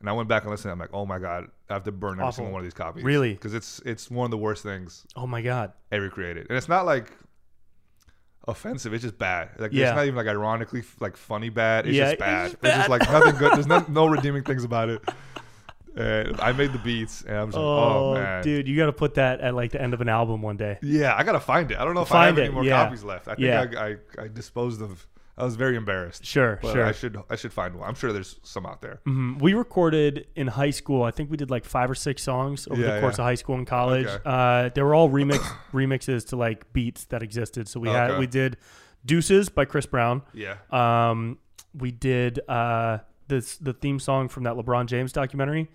and I went back and listened. I'm like, oh my god, I have to burn every
Awful.
single one of these copies.
Really?
Because it's it's one of the worst things
Oh my god.
ever created, and it's not like offensive. It's just bad. Like
Yeah.
it's not even like ironically f- like funny bad. It's
Yeah,
just
it's
bad.
just
It's just, like nothing good. There's no, no redeeming things about it. And I made the beats, and I was like, oh,
Oh,
man.
dude, you got to put that at like the end of an album one day.
Yeah, I gotta find it. I don't know if I
Find
have any
it,
more
yeah.
copies left. I think
Yeah.
I, I I disposed of. I was very embarrassed.
Sure,
But
sure.
I should I should find one. I'm sure there's some out there.
Mhm. We recorded in high school. I think we did like five or six songs over the
Yeah,
course
yeah.
of high school and college.
Okay.
Uh, they were all remix remixes to like beats that existed. So we had
Okay.
we did "Deuces" by Chris Brown.
Yeah.
Um, we did uh, this the theme song from that LeBron James documentary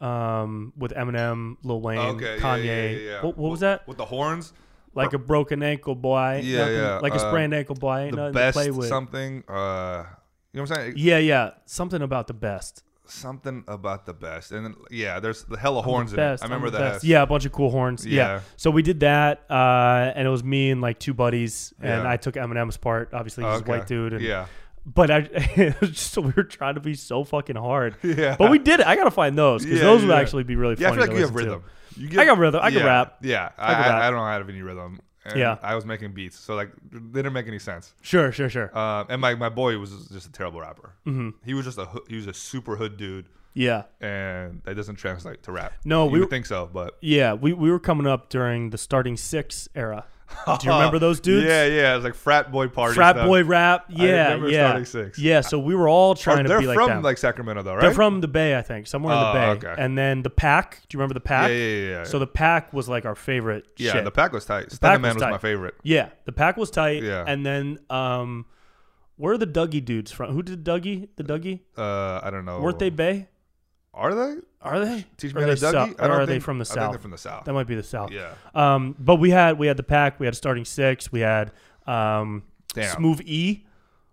um, with Eminem, Lil Wayne,
Okay. yeah,
Kanye.
yeah, yeah, yeah.
What, what was that?
With the horns,
Like a broken ankle, boy.
Yeah,
Nothing-
yeah,
Like a
uh,
sprained ankle, boy. Ain't
the
nothing to
best
play with.
something. Uh, you know what I'm saying?
yeah, yeah. Something about the best.
Something about the best, and then yeah, there's the hella horns. in
best.
it. I remember
I'm the
that.
best. Yeah, a bunch of cool horns. Yeah.
Yeah.
So we did that, uh, and it was me and like two buddies, and
Yeah.
I took Eminem's part. Obviously, he's
Okay.
a white dude. And,
yeah,
But I, it was just we were trying to be so fucking hard.
Yeah.
But we did it. I gotta find those because
Yeah,
those would
yeah.
actually be really
yeah. I
funny.
feel like
to
you have
listen to.
rhythm. You
I got rhythm. I can
yeah,
rap.
Yeah, I,
can
I-
rap.
I don't have any rhythm. and
Yeah.
I was making beats, so like they didn't make any sense.
Sure, sure, sure.
Um, and my, my boy was just a terrible rapper.
Mm-hmm.
He was just a hoo- he was a super hood dude,
yeah.
and that doesn't translate to rap.
No,
you
we-
would think so, but
Yeah, we, we were coming up during the starting six era. Do you remember those dudes?
uh, Yeah, yeah. It was like frat boy party.
Frat
stuff.
boy rap. Yeah,
remember
yeah.
Starting Six.
Yeah, so we were all
Or
trying
they're
to be like
from
them.
like Sacramento though, right?
They're from the Bay, I think, somewhere in the
Oh,
Bay.
okay.
And then the Pack. Do you remember the
yeah,
Pack?
yeah, yeah. yeah.
So the Pack was like our favorite.
yeah,
shit.
the pack was tight.
pack
Stunner Man
was
was,
tight.
my favorite.
yeah, the Pack was tight.
Yeah.
And then um, where are the Dougie dudes from? Who did Dougie? The Dougie?
Uh, I don't know.
Weren't they Bay?
Are they?
Are they?
Teach
Or
me
are
how
they
to Dougie.
Sou-
I
or
don't
are they
think-
from the
I think
South?
they're from the South.
That might be the South.
Yeah.
Um, but we had we had the Pack. We had starting six. We had um,
Damn.
Smooth E.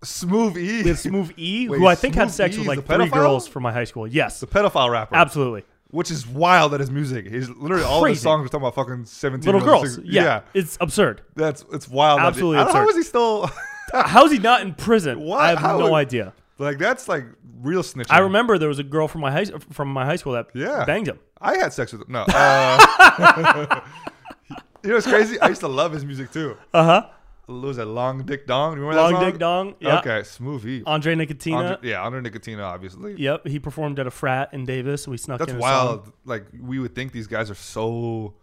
Smooth E.
We had Smooth E,
Wait,
who I think had
Smooth
sex
E
with
is
like
the
three
pedophile?
girls from my high school. Yes,
the pedophile rapper.
absolutely.
Which is wild that his music. He's literally all
Crazy.
his songs are talking about fucking seventeen
Little
year-old
girls.
sing-
Yeah. it's absurd.
That's it's wild. that-
Absolutely
I don't, how
absurd.
is he still
How's he not in prison?
What?
I have
How
no
would-
idea.
like that's like real snitching.
I remember there was a girl from my high from my high school that
Yeah.
banged him.
I had sex with him. No. Uh, you know what's crazy? I used to love his music too.
Uh huh.
It was that Long Dick Dong. You remember
Long
that song?
Dick Dong. Yeah.
Okay, Smoothie.
Andre Nicotina.
Andre, yeah, Andre Nicotina, obviously.
Yep. He performed at a frat in Davis. We snuck
That's
in. a
wild.
song.
Like we would think these guys are so,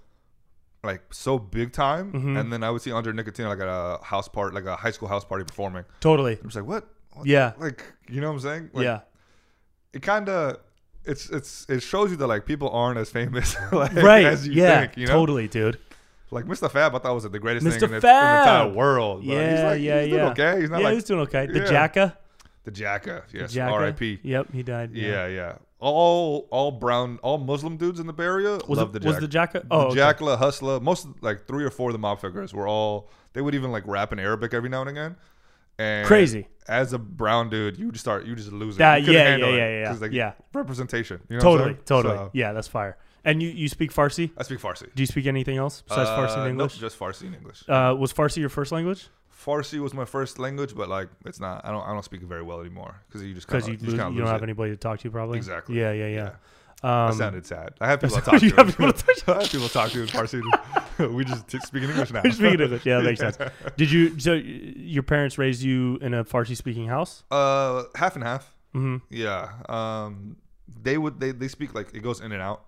like so big time,
Mm-hmm.
and then I would see Andre Nicotina like at a house party, like a high school house party performing.
Totally.
I'm just like, what? What-
Yeah.
Like, you know what I'm saying? Like,
yeah.
It kind of. it's it's it shows you that like people aren't as famous like,
right.
as you
yeah,
think. You know,
totally, dude.
like Mr. Fab, I thought was the greatest
Mr.
thing in the, in the entire
Fab!
world. but
yeah,
he's like,
yeah,
he's
yeah.
doing okay. He's not
yeah,
like
he's doing okay. The
Yeah.
Jacka,
the Jacka. Yes,
Jacka.
R.I.P.
Yep, he died.
Yeah. yeah, All all brown, all Muslim dudes in the Bay Area
Was
love
it,
the
was
Jacka.
the Jacka? Oh, okay.
Jackla, Hustla, most of- like three or four of the mob figures were all. They would even like rap in Arabic every now and again. And
Crazy.
As a brown dude, you just start, you just lose it.
That-
you couldn't
yeah, yeah,
handle it,
yeah, yeah,
'cause, like,
yeah.
Representation. You know what I'm
totally,
saying?
totally.
So,
Yeah, that's fire. And you, you speak Farsi?
I speak Farsi.
Do you speak anything else besides Farsi
Uh,
and
nope,
English?
just Farsi and English.
uh, was Farsi your first language?
Farsi was my first language, but like it's not. I don't. I don't speak it very well anymore because you just kind
Because
of
you,
you,
lose, you
just
don't
Uh, kinda lose
have
it.
anybody to talk to, probably.
Exactly.
Yeah, yeah, yeah.
That
Um,
sounded sad. I have people I
that's-
talk to.
you have people to
I have people to talk to in Farsi. we just t- speak in English now.
You're speaking English. Yeah, that makes sense. Did you? So y- your parents raised you in a Farsi-speaking house?
Uh, half and half.
Mm-hmm.
Yeah. Um, they would they, they speak like it goes in and out.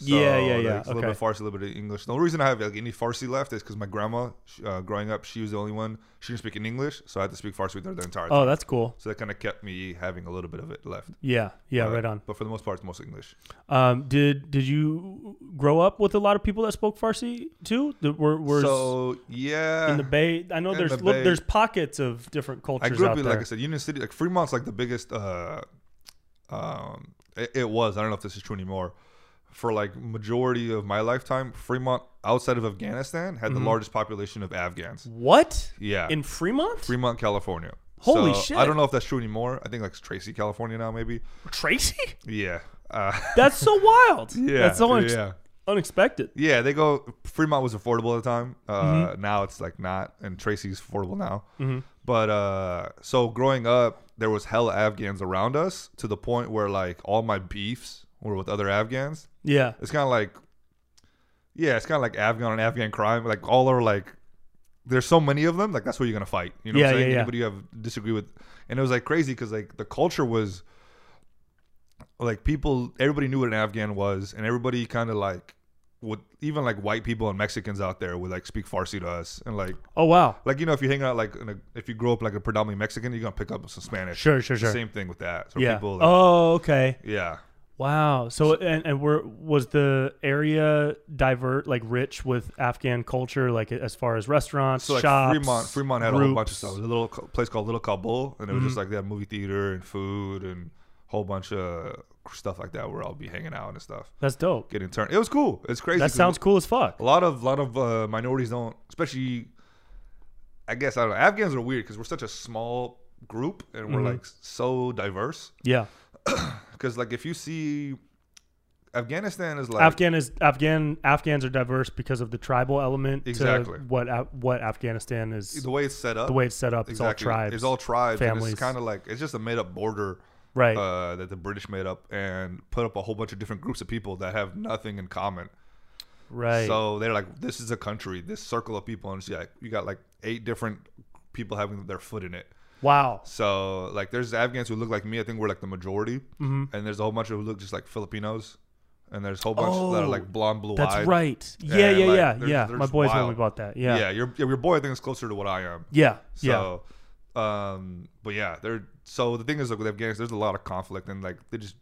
Yeah, yeah,
like,
yeah,
it's A little bit Farsi, a little bit of English. The only reason I have like any Farsi left is because my grandma, sh- uh, growing up, she was the only one she didn't speak in English, so I had to speak Farsi with her the entire time.
Oh, that's cool.
So that kind of kept me having a little bit of it left.
Yeah, yeah,
Uh,
Oh, right on.
But for the most part, it's mostly English.
Um, did did you grow up with a lot of people that spoke Farsi too? That were were s-
so yeah,
in the Bay. I know
in
there's
the
look,
Bay.
there's pockets of different cultures
I grew
out
up in,
there.
like I said, Union City. Like Fremont's like the biggest. Uh, um, it, it was. I don't know if this is true anymore. For like majority of my lifetime, Fremont outside of Afghanistan had the largest population of Afghans.
what
Yeah,
Mm-hmm. in Fremont?
Fremont, California.
Holy
So,
shit.
I don't know if that's true anymore. I think like it's Tracy, California now, maybe.
Tracy?
Yeah. Uh,
That's so wild.
yeah.
that's so unex-
yeah.
unexpected.
Yeah, they go. Fremont was affordable at the time. Uh, Now it's like not, and Tracy's affordable now. But uh, so growing up, there was hella Afghans around us to the point where like all my beefs were with other Afghans.
Yeah,
It's kind of like, yeah, it's kind of like Afghan and Afghan crime. Like all are like, there's so many of them. Like that's who you're gonna fight. You know what
Yeah,
I'm saying?
yeah, yeah.
Anybody you have disagree with, and it was like crazy because like the culture was, like people, everybody knew what an Afghan was, and everybody kind of like would even like white people and Mexicans out there would like speak Farsi to us, and like
Oh wow.
like you know if you hang out like in a, if you grow up like a predominantly Mexican, you're gonna pick up some Spanish.
Sure, sure,
It's the
sure.
Same thing with that. So
yeah.
people, like,
oh, okay.
yeah.
Wow. So and and were was the area divert like rich with Afghan culture like as far as restaurants,
So like
shops,
Fremont, Fremont had a whole bunch of
groups? Mm-hmm.
stuff. There's A little co- place called Little Kabul, and it was just like they had movie theater and food and whole bunch of stuff like that where I'll be hanging out and stuff,
That's dope.
getting turned. It was cool. It's crazy.
That
'cause
sounds cool as fuck.
A lot of lot of uh, minorities don't, especially. I guess I don't know. Afghans are weird because we're such a small group and
Mm-hmm.
we're like so diverse.
Yeah.
Because like if you see, Afghanistan is like
Afghan is Afghan Afghans are diverse because of the tribal element
Exactly.
to what Af- what Afghanistan is
the way it's set up.
the way it's set up. It's all tribes.
It's all tribes. And
families.
it's kind of like it's just a made up border.
right.
uh, that the British made up and put up a whole bunch of different groups of people that have nothing in common.
right.
So they're like, this is a country, this circle of people, and it's like you got like eight different people having their foot in it.
wow.
So like, there's Afghans who look like me. I think we're like the majority,
Mm-hmm.
and there's a whole bunch who look just like Filipinos, and there's a whole bunch that are
Oh,
like blonde, blue
That's
eyed.
right. Yeah,
and,
yeah,
like,
yeah,
they're-
yeah.
they're
My
just
boys when
wild.
we bought that.
Yeah,
Yeah.
your your boy I think is closer to what I am.
Yeah. Yeah.
So, um, but yeah, they're so the thing is like with Afghanistan, there's a lot of conflict and like they just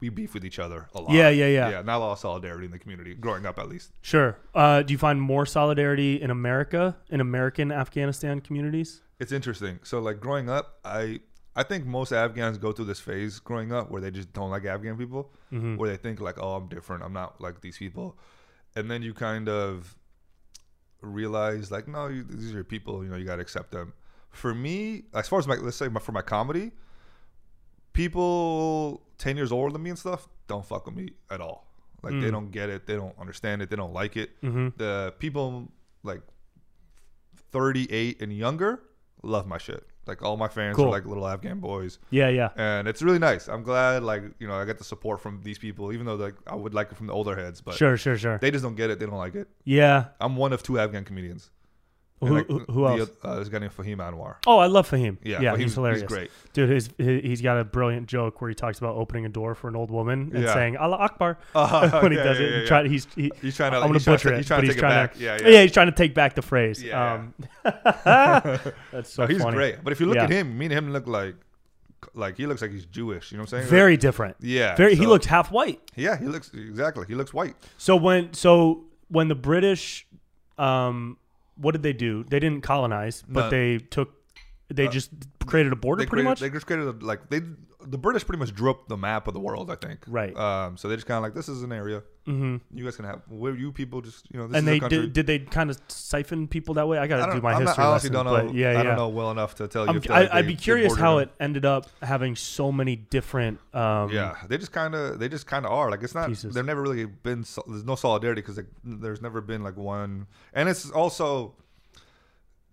we beef with each other a lot.
Yeah, yeah, yeah.
Yeah, not a lot of solidarity in the community growing up at least.
Sure. Uh, do you find more solidarity in America, in American Afghanistan communities?
It's interesting. So like growing up, I I think most Afghans go through this phase growing up where they just don't like Afghan people, where they think like, oh, I'm different, I'm not like these people, and then you kind of realize like, no, you, these are your people, you know, you gotta accept them. For me, as far as my let's say my, for my comedy, people ten years older than me and stuff don't fuck with me at all. Like they don't get it, they don't understand it, they don't like it.
Mm-hmm.
The people like 38 and younger love my shit. Like all my fans
Cool.
are like little Afghan boys,
Yeah, yeah.
and it's really nice. I'm glad like you know I get the support from these people, even though like I would like it from the older heads, but
Sure, sure, sure.
they just don't get it. They don't like it.
yeah.
I'm one of two Afghan comedians. And,
Who,
like,
who, who
the-
else?
uh, this guy named Fahim Anwar.
Oh, I love Fahim.
Yeah,
yeah,
Fahim's-
he's
he's
hilarious.
great.
dude. His, he- he's got a brilliant joke where he talks about opening a door for an old woman and
Yeah.
saying "Allah Akbar"
Uh,
when he
yeah,
does
yeah,
it.
yeah,
He tried- he's he-
He's trying to.
I'm gonna
he's trying
butcher
to-
it,
he's trying
but
to
he's
take it
trying
back.
to.
Yeah, yeah.
yeah, he's trying to take back the phrase.
Yeah, yeah.
um, that's so
No, he's
funny.
great. But if you look
Yeah.
at him, me and him look like like he looks like he's Jewish. You know what I'm saying?
Very different.
Yeah.
Very. he
so-
looked half white.
Yeah, he looks exactly. He looks white.
So when so when the British, um, what did they do? They didn't colonize, but
No. Uh,
they took, they just created a border
They
pretty
created,
much.
They just created a, like they the British pretty much drew up the map of the world. I think.
Right.
Um. So they just kind of like this is an area. Mm-hmm. You guys can have where you people just you know this
and
is
they
a country.
did, did they kind of siphon people that way? I
I
got to
don't,
do my
I'm
history
not, I honestly
lesson,
don't know.
but yeah,
I
yeah.
don't know well enough to tell you.
I'm,
if, like,
I, I'd
they-
be
they
curious
bordered
how
them.
it ended up having so many different. Um,
Yeah, they just kind of they just kind of are like it's not.
Pieces.
They've never really been. So, there's no solidarity because like, there's never been like one. And it's also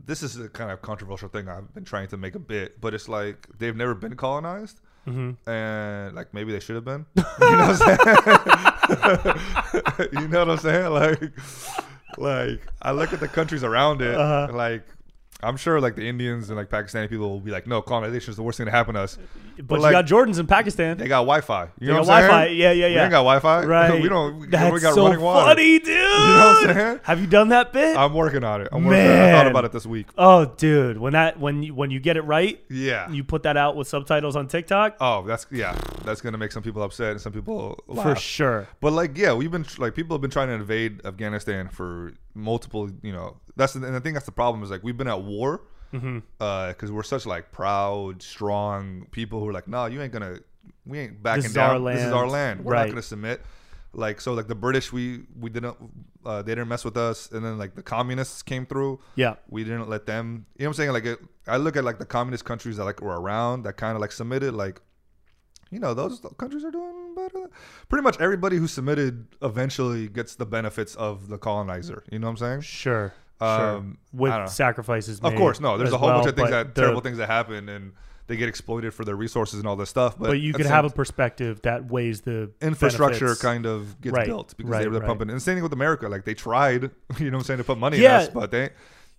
this is a kind of controversial thing I've been trying to make a bit, but it's like they've never been colonized, and like maybe they should have been. You know what I'm saying? you know what I'm saying? Like, like I look at the countries around it, like. I'm sure, like the Indians and like Pakistani people will be like, "No, colonization is the worst thing to happen to us."
But,
But,
you
like,
got Jordans in Pakistan.
they got Wi-Fi. You know
got
what I'm
Wi-Fi.
saying?
Yeah, yeah,
We
yeah.
ain't got Wi-Fi.
right.
We don't. We,
That's
we got
so
running water.
funny, dude.
know what I'm saying? Uh,
Have you done that bit?
I'm working on it. I'm working on it. I
Man.
thought about it this week.
oh, dude. When that when you, when you get it right,
Yeah.
you put that out with subtitles on TikTok
oh, that's yeah. That's gonna make some people upset and some people laugh.
for sure.
But like, yeah, we've been tr- like people have been trying to invade Afghanistan for multiple. You know, that's the, and I think that's the problem is like we've been at war because
Mm-hmm.
we're such like proud, strong people who are like, no, you ain't gonna, we ain't backing
This is our
down. This is our
land."
land. We're
Right.
not gonna submit. Like so, like the British, we we didn't, uh, they didn't mess with us, and then like the communists came through.
Yeah.
we didn't let them. You know what I'm saying? Like, it, I look at like the communist countries that like were around that kind of like submitted like you know those countries are doing better. Pretty much everybody who submitted eventually gets the benefits of the colonizer. You know what I'm saying?
Sure. sure.
Um, I don't know.
With sacrifices made.
Of course, no. There's
as
a whole bunch
well,
of things
but
that
the-
terrible things that happen, and they get exploited for their resources and all this stuff. But
But you
at
could
the
have a
same-
perspective that weighs the
infrastructure
benefits.
kind of gets
Right,
built because
right,
they were
right.
pumping. And same thing with America. Like they tried, you know, what I'm saying to put money
Yeah.
in us, but they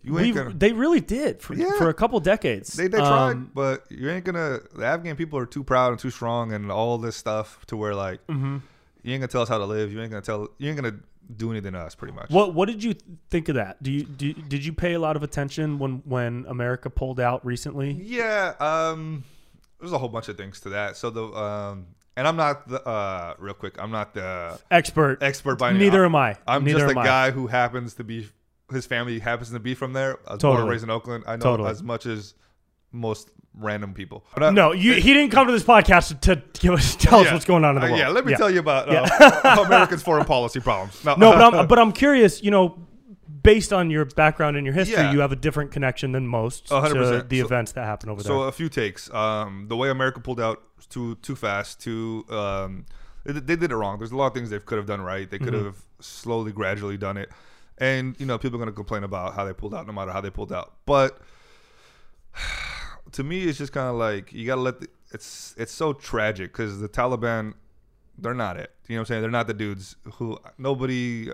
you
We,
ain't gonna.
they really did for,
Yeah.
for a couple decades.
They, they
Um,
tried, but you ain't gonna. The Afghan people are too proud and too strong, and all this stuff to where like
Mm-hmm.
you ain't gonna tell us how to live. You ain't gonna tell. You ain't gonna do anything to us, pretty much.
What What did you think of that? Do you do, Did you pay a lot of attention when when America pulled out recently?
Yeah, um, there's a whole bunch of things to that. So the um, and I'm not the uh, real quick. I'm not the
Expert.
expert by any-
Neither am I.
I'm
Neither
just
am
a
I.
guy who happens to be his family happens to be from there. I was born and
Totally.
raised in Oakland. I know
Totally.
as much as most random people. But, uh,
No, you, he didn't come to this podcast to, to give us tell us
yeah.
what's going on in the
Uh,
world.
yeah, let me
tell you.
tell you about uh, Americans' foreign policy problems. uh, No,
No, but I'm but I'm curious. You know, based on your background and your history,
Yeah.
you have a different connection than most
A hundred
to
percent.
the
So-
events that happen over
So
there.
a few takes. Um, the way America pulled out was too too fast. Too um, they, they did it wrong. There's a lot of things they could have done right. They could
Mm-hmm.
have slowly, gradually done it. And you know, people are gonna complain about how they pulled out, no matter how they pulled out. But to me, it's just kind of like you gotta let. The, it's it's so tragic because the Taliban, they're not it. You know what I'm saying? They're not the dudes who nobody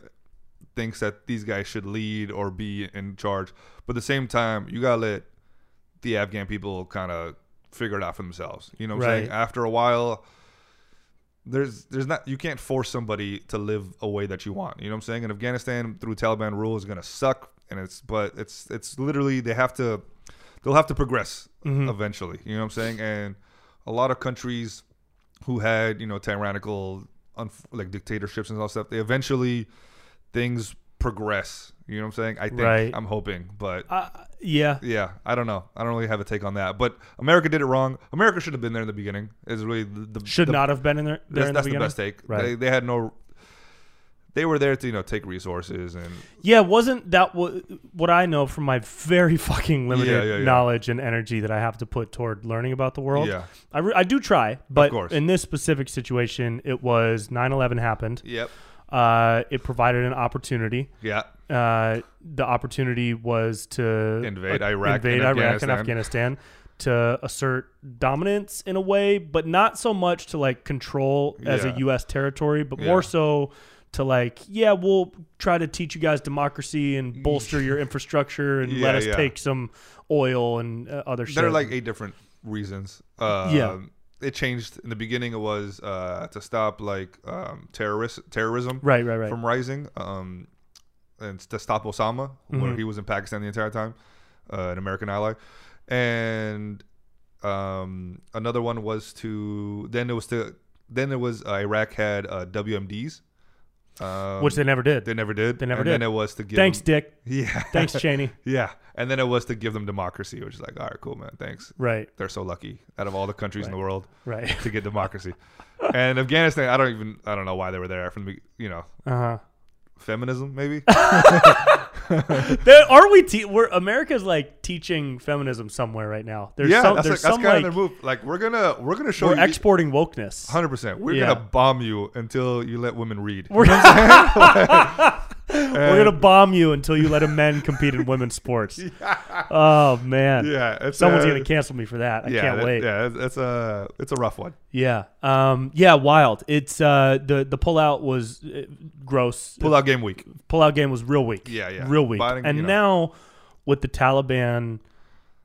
thinks that these guys should lead or be in charge. But at the same time, you gotta let the Afghan people kind of figure it out for themselves. You know what I'm saying?
Right.
After a while, there's there's not you can't force somebody to live a way that you want. You know what I'm saying? And Afghanistan through Taliban rule is gonna suck, and it's but it's it's literally they have to they'll have to progress eventually. You know what I'm saying? And a lot of countries who had you know tyrannical unf- like dictatorships and all that stuff, they eventually things progress. You know what I'm saying? I think
Right.
I'm hoping, but
Uh, yeah,
yeah, I don't know. I don't really have a take on that. But America did it wrong. America should have been there in the beginning. Is really the, the
should
the-
not have been in there. there
That's,
in
that's
the,
the,
beginning.
best take.
Right.
They, they had no. They were there to you know take resources and
Yeah, wasn't that what what I know from my very fucking limited
Yeah, yeah, yeah.
knowledge and energy that I have to put toward learning about the world?
Yeah.
I, re- I do try, but
course.
in this specific situation, it was 9/11 happened.
yep
Uh, it provided an opportunity.
yeah
uh, the opportunity was to uh,
Invade Iraq
invade
and
Iraq and Afghanistan to assert dominance in a way, but not so much to like control as a
Yeah.
U.S. territory, but
Yeah.
more so to like, yeah, we'll try to teach you guys democracy and bolster your infrastructure and let
Yeah,
us
yeah.
take some oil and uh, other shit.
there are like eight different reasons. Um,
Yeah.
it changed in the beginning. It was uh, to stop like um, terrorist terrorism
right, right, right.
from rising, um, and to stop
Mm-hmm.
Osama, where he was in Pakistan the entire time, uh, an American ally, and Um, another one was to then it was to then it was uh, Iraq had uh, WMDs, um,
which they never did.
they never did.
they never
and
did.
Then it was to give
Thanks,
them-
Dick.
yeah,
Thanks, Cheney.
yeah, and then it was to give them democracy, which is like all right, cool, man, thanks.
Right,
They're so lucky out of all the countries in the world
right.
to get democracy. and Afghanistan, I don't even I don't know why they were there from the be- you know
Uh huh.
feminism maybe.
There, are we? Te- we're America's like teaching feminism somewhere right now. There's
yeah,
some,
that's,
there's
like,
some
that's kind of
like
their move. Like we're gonna we're gonna show
we're
you
exporting wokeness.
hundred percent. We're
Yeah.
gonna bomb you until you let women read.
We're, we're gonna bomb you until you let a men compete in women's sports. Oh man,
yeah, it's,
someone's
uh,
gonna cancel me for that. I
Yeah,
can't
that-
wait.
Yeah, that's- that's a it's a rough one.
Yeah. Um, yeah. Wild. It's uh, the the pullout was uh, gross.
Pull out game week.
Pullout game was real weak.
Yeah, yeah.
Real weak.
Biden,
and
you know.
now with the Taliban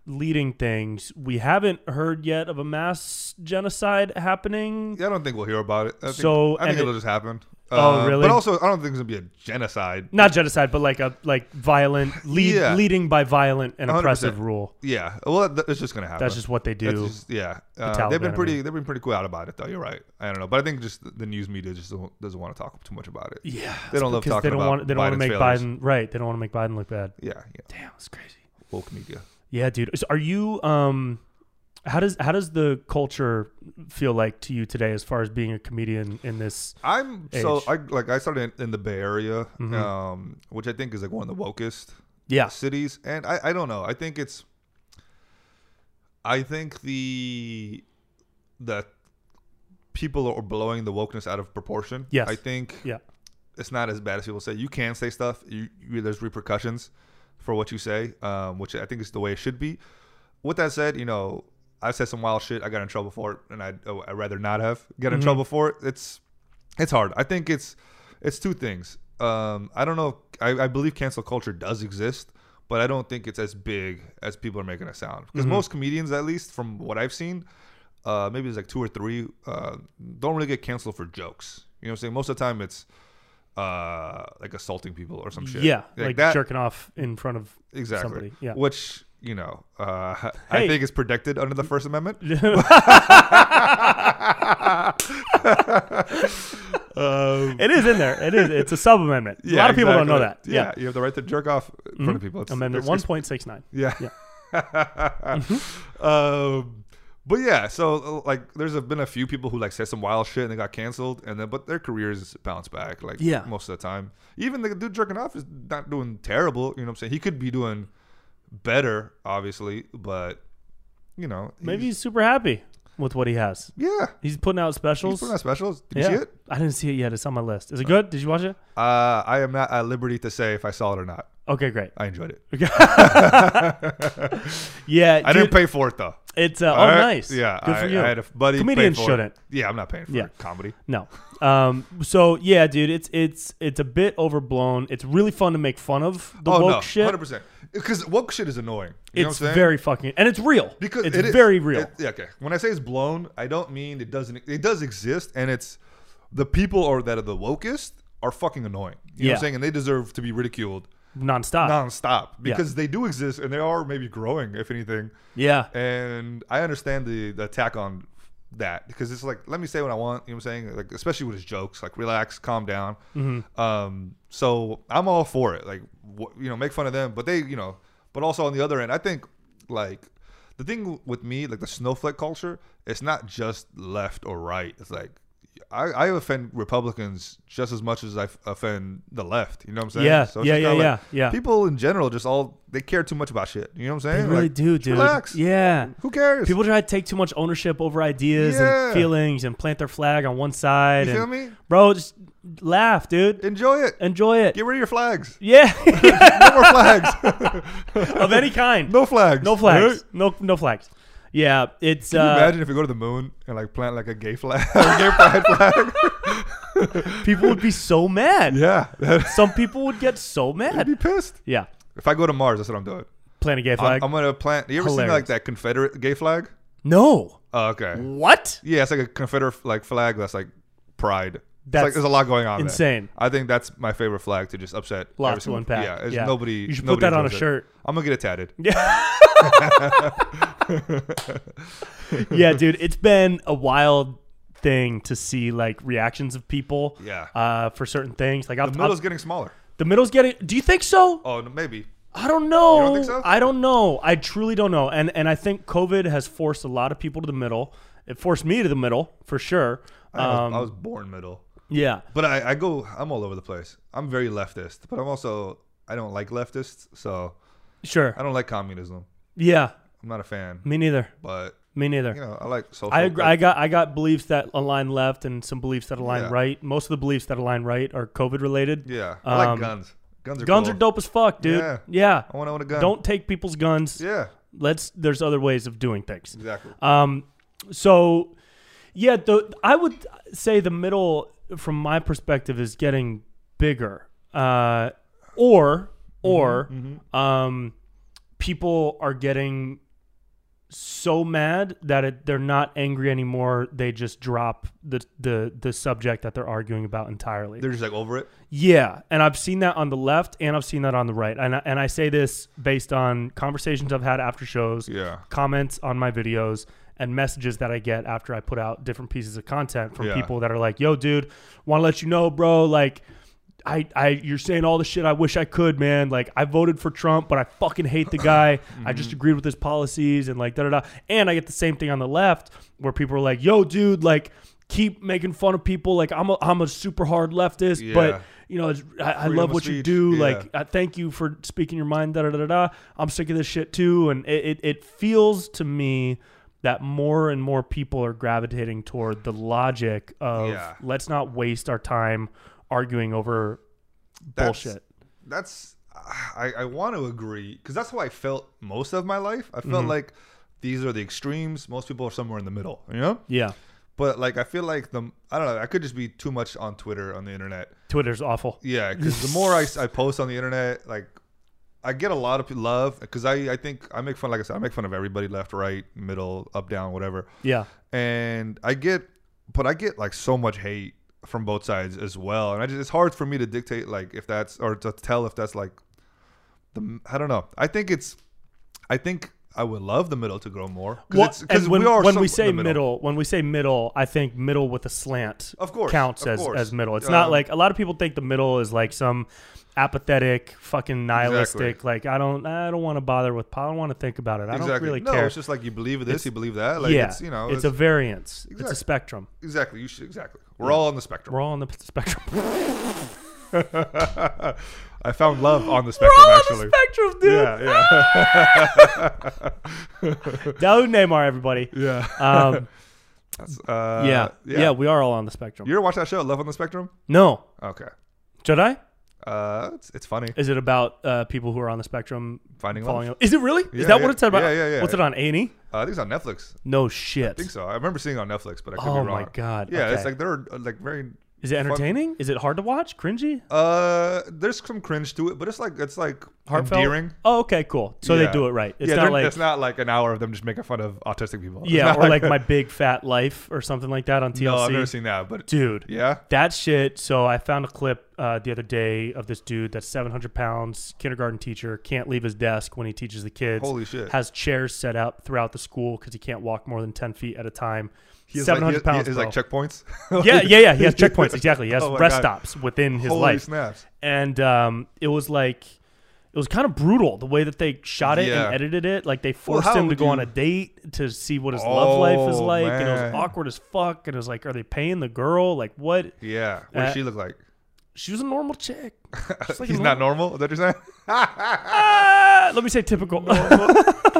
leading things, we haven't heard yet of a mass genocide happening.
Yeah, I don't think we'll hear about it. I think,
So,
I
and
think
it-
it'll just happen. Uh,
Oh, really?
But also, I don't think it's gonna be a genocide.
Not genocide, but like a like violent lead,
Yeah.
leading by violent and
100%.
oppressive rule.
Yeah, well, that, it's just gonna happen.
That's just what they
Uh-huh. That's
do.
just- yeah, uh, they've
Taliban,
been
I
pretty.
mean.
They've been pretty cool out about it, though. You're right. I don't know, but I think just the- the news media just don't, doesn't want to talk too much about it.
yeah.
They don't love
Because
talking
they don't
about
want they don't want to
Biden's
make
failures.
Biden right. They don't want to make Biden look bad.
Yeah, yeah.
Damn, it's crazy.
Woke media.
Yeah, dude. So are you um how does how does the culture feel like to you today as far as being a comedian in this
I'm so
Age.
I like I started in, in the Bay Area, um, which I think is like one of the wokest
Yeah.
cities, and I I don't know. I think it's. I think the that people are blowing the wokeness out of proportion.
Yes.
I think
Yeah.
it's not as bad as people say. You can say stuff. You, you there's repercussions for what you say, um, which I think is the way it should be. With that said, you know, I said some wild shit. I got in trouble for it, and I I rather not have get
Mm-hmm.
in trouble for it. It's it's hard. I think it's it's two things. Um, I don't know. I, I believe cancel culture does exist, but I don't think it's as big as people are making it sound.
Mm-hmm.
Because most comedians, at least from what I've seen, uh, maybe it's like two or three, uh, don't really get canceled for jokes. You know what I'm saying? Most of the time, it's uh, like assaulting people or some shit.
Yeah.
like,
Like,
that.
jerking off in front of
exactly.
somebody. Yeah.
Which you know, uh,
Hey.
I think is protected under the First Amendment. um,
It is in there. It is. It's a sub amendment. a lot of people don't know that.
exactly.
Yeah. Mm-hmm.
you have the right to jerk off in front of people. It's-
Amendment
it's-
one point six nine.
Yeah.
Mm-hmm.
um, but yeah, so uh, like, there's a, been a few people who like said some wild shit and they got canceled, and then but their careers bounce back like
Yeah.
most of the time. Even the dude jerking off is not doing terrible. You know what I'm saying? He could be doing better, obviously, but you know,
Maybe he's super happy with what he has.
he's- yeah.
He's putting out
He's
specials.
putting out specials. Did
yeah.
you see it?
I didn't see it yet. It's on my list. Is it good? Did you watch it?
Uh, I am not at liberty to say if I saw it or not.
Okay, great.
I enjoyed it.
Yeah,
I
dude,
didn't pay for it though.
it's uh, oh
All right?
nice.
Yeah,
good
I,
for you.
I had a buddy. pay
Comedians
for it.
shouldn't.
Yeah, I'm not paying for
Yeah.
comedy.
No. Um. So yeah, dude, it's it's it's a bit overblown. It's really fun to make fun of the
oh
woke
no,
shit.
hundred percent. Because woke shit is annoying. You know
it's
what I'm saying?
very fucking and it's real.
because
it's
it is-
very real.
it- yeah, okay. When I say it's blown, I don't mean it doesn't. It does exist, and it's the people are that are the wokest are fucking annoying. You know what
Yeah.
I'm saying? And they deserve to be ridiculed
nonstop.
nonstop because they do exist and they are maybe growing, if anything.
yeah.
And I understand the, the attack on that because it's like, let me say what I want. You know what I'm saying? Like, especially with his jokes, like relax, calm down.
Mm-hmm.
Um, so I'm all for it. Like, wh- you know, make fun of them, but they, you know, but also on the other end, I think like the thing with me, like the snowflake culture, it's not just left or right. It's like, I, I offend Republicans just as much as I f- offend the left. You know what I'm saying?
Yeah,
it's
yeah,
just kinda
yeah, yeah, yeah.
People in general just all they care too much about shit. You know what I'm
They
saying?
really
Like,
do,
just
dude.
Relax.
Yeah.
Who cares?
People try to take too much ownership over ideas
Yeah.
and feelings and plant their flag on one side.
You
and,
feel me?
Bro, just laugh, dude.
enjoy it.
Enjoy it.
Get rid of your flags.
yeah.
No more flags.
of any kind.
no flags.
No
Right?
flags. No no flags. Yeah, it's
Can you
uh,
imagine if we go to the moon and like plant like a gay flag, a gay pride flag?
people would be so mad.
Yeah, that'd
Some people would get so mad.
be pissed.
Yeah.
If I go to Mars, that's what I'm doing.
Plant a gay
I'm,
flag.
I'm gonna plant. You ever seen
Hilarious. Mm.
like that Confederate gay flag?
no.
Oh, okay.
What?
Yeah, it's like a Confederate like flag that's like pride. That's
That's
like, there's a lot going on. there.
insane.
I think that's my favorite flag to just upset. every
Lots to
single-
unpack.
Yeah, it's
Yeah.
nobody.
You should put
nobody
that on a
enjoys it.
shirt.
I'm gonna get it tatted.
yeah, dude, it's been a wild thing to see like reactions of people.
Yeah.
Uh, for certain things, like I'll,
The
the,
middle's getting smaller.
the middle's getting. Do you think so?
Oh, no, maybe.
I don't know.
don't think so?
I don't know. I truly don't know. And and I think COVID has forced a lot of people to the middle. It forced me to the middle for sure.
I was-
Um,
I was born middle.
yeah.
But I, I go, I'm all over the place. I'm very leftist, but I'm also, I don't like leftists, so
Sure.
I don't like communism.
Yeah.
I'm not a fan,
Me neither.
but
Me neither.
you know, I like social.
I agree. I got I got beliefs that align left and some beliefs that align
Yeah.
right. Most of the beliefs that align right are COVID related.
yeah, I like
um,
guns. Guns are
Guns
cool.
are dope as fuck, dude.
Yeah.
Yeah.
I want to own a gun.
Don't take people's guns.
Yeah,
Let's. There's other ways of doing things.
exactly.
Um, so yeah, the I would say the middle, from my perspective, is getting bigger. Uh, or or um, people are getting so mad that it, they're not angry anymore. They just drop the the the subject that they're arguing about entirely.
They're just like over it.
Yeah, and I've seen that on the left, and I've seen that on the right, and I, and I say this based on conversations I've had after shows,
Yeah.
comments on my videos, and messages that I get after I put out different pieces of content from
Yeah.
people that are like, "Yo, dude, want to let you know, bro, like." I, I, you're saying all the shit I wish I could, man. Like I voted for Trump, but I fucking hate the guy. I
Mm-hmm.
just agreed with his policies and like da da da. And I get the same thing on the left where people are like, "Yo, dude, like keep making fun of people. Like I'm a, I'm a super hard leftist,
Yeah.
but you know, it's, I, I
Freedom
love
of
what you
speech,
do.
yeah.
Like, I uh, thank you for speaking your mind. Da da da da, da. I'm sick of this shit too, and it, it it feels to me that more and more people are gravitating toward the logic of
Yeah.
let's not waste our time arguing over bullshit.
That's I, I want to agree because that's how I felt most of my life. I
Mm-hmm.
felt like these are the extremes. Most people are somewhere in the middle. You know.
Yeah,
But like, I feel like the I don't know. I could just be too much on Twitter on the internet.
Twitter's awful.
Yeah, because the more I, s- I post on the internet, like I get a lot of p- love because I I think I make fun. Like I said, I make fun of everybody, left, right, middle, up, down, whatever.
Yeah,
And I get, but I get like so much hate from both sides as well. And I just it's hard for me to dictate like if that's or to tell if that's like the I don't know. I think it's I think. I would love the middle to grow more
Well,
it's-
and when,
are
when we
somewhat
say
in the
middle. when we say middle, I think middle with a slant,
Of course,
counts
of
as
course.
as middle. It's not
Um,
like a lot of people think the middle is like some apathetic, fucking nihilistic.
Exactly.
Like I don't, I don't want to bother with. I don't want to think about it. I don't really
no,
care.
it's just like you believe this, you believe that. Like
yeah,
it's you know,
it's, a variance. It's
Exactly.
a spectrum.
exactly. You should exactly. We're all on the spectrum.
We're all on the p- spectrum.
I found love on the
We're
spectrum
all on
actually.
the spectrum, dude.
yeah, yeah,
Daoud Neymar, everybody.
yeah.
Um,
That's, uh,
yeah, yeah,
yeah.
we are all on the spectrum.
You ever watch that show, Love on the Spectrum?
no,
Okay.
should I?
Uh, it's, it's funny.
Is it about uh, people who are on the spectrum
Finding
falling?
love.
Is it really?
Yeah,
Is that
yeah.
what it's about?
Yeah, yeah, yeah,
What's it on? A and E?
Uh, I think it's on Netflix. I
No shit.
think so. I remember seeing it on Netflix, but I could
Oh
be wrong.
my god.
Yeah, it's
Okay.
like they're uh, like very.
Is it
fun-
entertaining? Is it hard to watch? Cringy?
Uh, there's some cringe to it, but it's like it's like
Heartfelt?
endearing.
Oh, okay, cool. So
Yeah.
they do it right. It's
yeah,
not
they're-
like
it's not like an hour of them just making fun of autistic people. It's
yeah,
not
or like my big fat life or something like that on TLC.
No, I've never seen that, but
Dude,
yeah,
that shit. So I found a clip uh, the other day of this dude that's 700 pounds, kindergarten teacher, can't leave his desk when he teaches the kids.
Holy shit.
Has chairs set out throughout the school because he can't walk more than 10 feet at a time.
He has,
700
like, he-
pounds.
He has like
bro.
checkpoints.
yeah, yeah, yeah. He has checkpoints. Exactly. He has
Oh my
rest
God.
stops within his
Holy
life.
snaps!
and um, it was like it was kind of brutal the way that they shot it
Yeah.
and edited it. Like they
Well,
forced
how
him to
would
go on
you-
a date to see what his love life is
Oh,
like, and it was
man.
awkward as fuck. And it was like, are they paying the girl? Like what?
Yeah, what does
Uh,
she look like?
She was a normal chick. She's like a
He's not normal. Is that what you're saying?
Ah, let me say typical.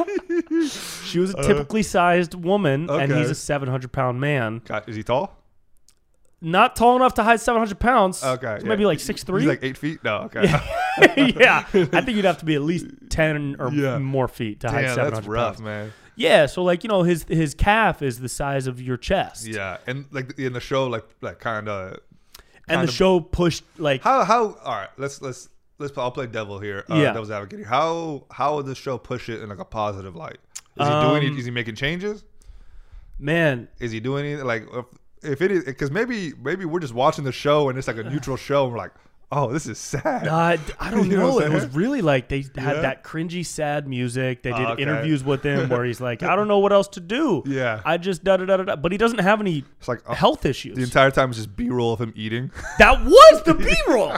she was a typically sized woman, and
okay.
he's a seven hundred pound man.
God, is he tall?
Not tall enough to hide seven hundred pounds.
Okay,
He's
yeah.
maybe like six three.
He's like eight feet. No, okay.
yeah, I think you'd have to be at least ten or
Yeah.
more feet to hide
Damn,
seven
that's
hundred
rough,
pounds.
man.
Yeah, so like you know, his his calf is the size of your chest.
Yeah, and like in the show, like like kind of
and
kind
the
of-
show pushed like
how how. All right, let's let's let's. I'll play devil here. Uh,
Yeah.
devil's advocate. here. How how would the show push it in like a positive light? Is he doing?
Um,
It, is he making changes?
man.
Is he doing anything like if, if it is? Because maybe maybe we're just watching the show and it's like a neutral show. And we're like, oh, this is sad.
Uh, d- I don't
You know
know.
what
It
I'm
was
saying?
really like they had
Yeah.
that cringy, sad music. They did
Oh, okay.
interviews with him where he's like, I don't know what else to do.
Yeah.
I just da da da da. da. But he doesn't have any
it's like uh,
health issues.
the entire time is just B roll of him eating.
That was the B roll.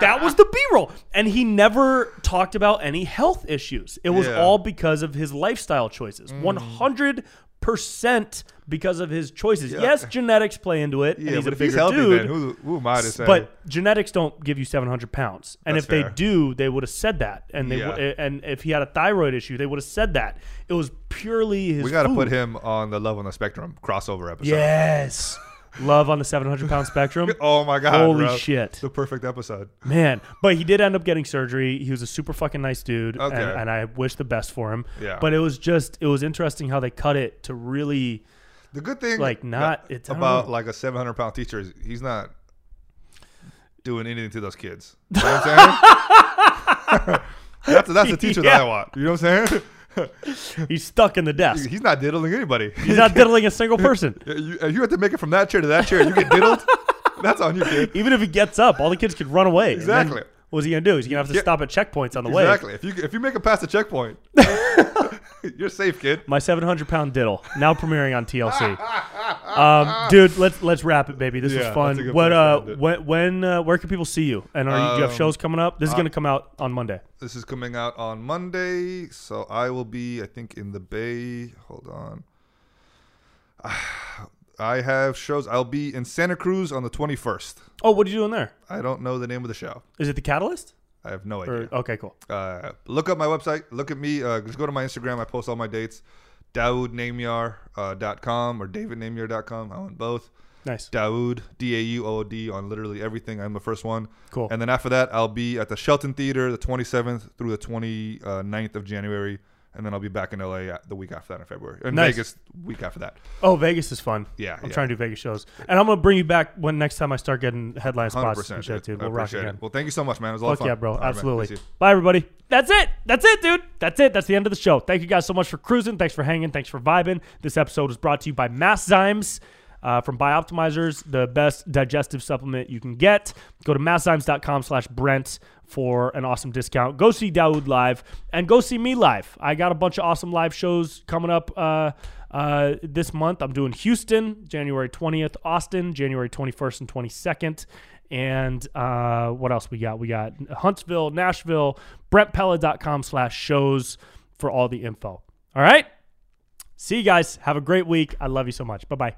that was the B roll. And he never talked about any health issues. It was
Yeah. Mm.
all because of his lifestyle choices. 100% because of his choices. Yes, genetics play into it. and
yeah,
he's
but
a
if
bigger
he's healthy,
dude.
then who, who am I to say?
But genetics don't give you 700 pounds, and
That's
if they
fair.
do, they would have said that. And they w eh,
Yeah.
and if he had a thyroid issue, they would have said that. It was purely his.
we got to
food.
put him on the Love on the Spectrum crossover episode.
Yes, love on the 700 pound spectrum.
Oh my god.
Holy
bro.
shit.
The perfect episode.
Man, but he did end up getting surgery. He was a super fucking nice dude,
Okay.
and, and I wish the best for him.
Yeah.
But it was just, it was interesting how they cut it to really
The good thing,
Like, not- it's- I don't
about
know.
like a 700 pound teacher is he's not doing anything to those kids. You know what I'm saying? that's that's the teacher that
Yeah.
I want. You know what I'm saying?
he's stuck in the desk.
He's not diddling anybody.
He's not diddling a single person.
you, if you have to make it from that chair to that chair. and You get diddled. that's on you, kid.
Even if he gets up, all the kids could run away. And then
Exactly.
What's he gonna do? He's gonna have to
Yeah.
stop at checkpoints on the way.
Exactly. If you if you make it past the checkpoint, you're safe, kid.
My 700 pound diddle now premiering on TLC. um, dude, let's let's wrap it, baby. This was
Yeah, that's a
fun.
good
What
place to
uh,
end it.
when when uh, where can people see you? And are you, do you have
Um,
shows coming up? This is gonna come out on Monday.
This is coming out on Monday, so I will be, I think, in the Bay. Hold on. I have shows. I'll be in Santa Cruz on the 21st.
Oh, what are you doing there?
I don't know the name of the show.
Is it the Catalyst?
I have no
Or,
idea.
okay, cool.
Uh, look up my website. Look at me. Uh, just go to my Instagram. I post all my dates. DaoudNameyar.com or DavidNameyar.com. I own both.
Nice.
Daoud, D A U O D, on literally everything. I'm the first one.
Cool.
And then after that, I'll be at the Shelton Theater the 27th through the 29th of January. And then I'll be back in LA at- the week after that in February. In
Nice.
Vegas, week after that.
Oh, Vegas is fun.
Yeah,
I'm
yeah.
trying to do Vegas shows, and I'm gonna bring you back when next time I start getting headline
100%.
spots and shit, dude.
I
We'll rock
appreciate
again.
It. Well, thank you so much, man. It was a lot of
Fuck
fun.
yeah, bro.
All right, man.
Absolutely.
Peace.
Bye, everybody. That's it. That's it, dude. That's it. That's the end of the show. Thank you guys so much for cruising. Thanks for hanging. Thanks for vibing. This episode is brought to you by Masszymes uh, from Bioptimizers, the best digestive supplement you can get. Go to masszymes.com slash Brent for an awesome discount. Go see Dawood live and go see me live. I got a bunch of awesome live shows coming up. Uh, uh, this month, I'm doing Houston, January 20th, Austin, January 21st and 22nd. And uh, what else we got? We got Huntsville, Nashville, BrentPella.com slash shows for all the info. All right. See you guys. Have a great week. I love you so much. Bye bye.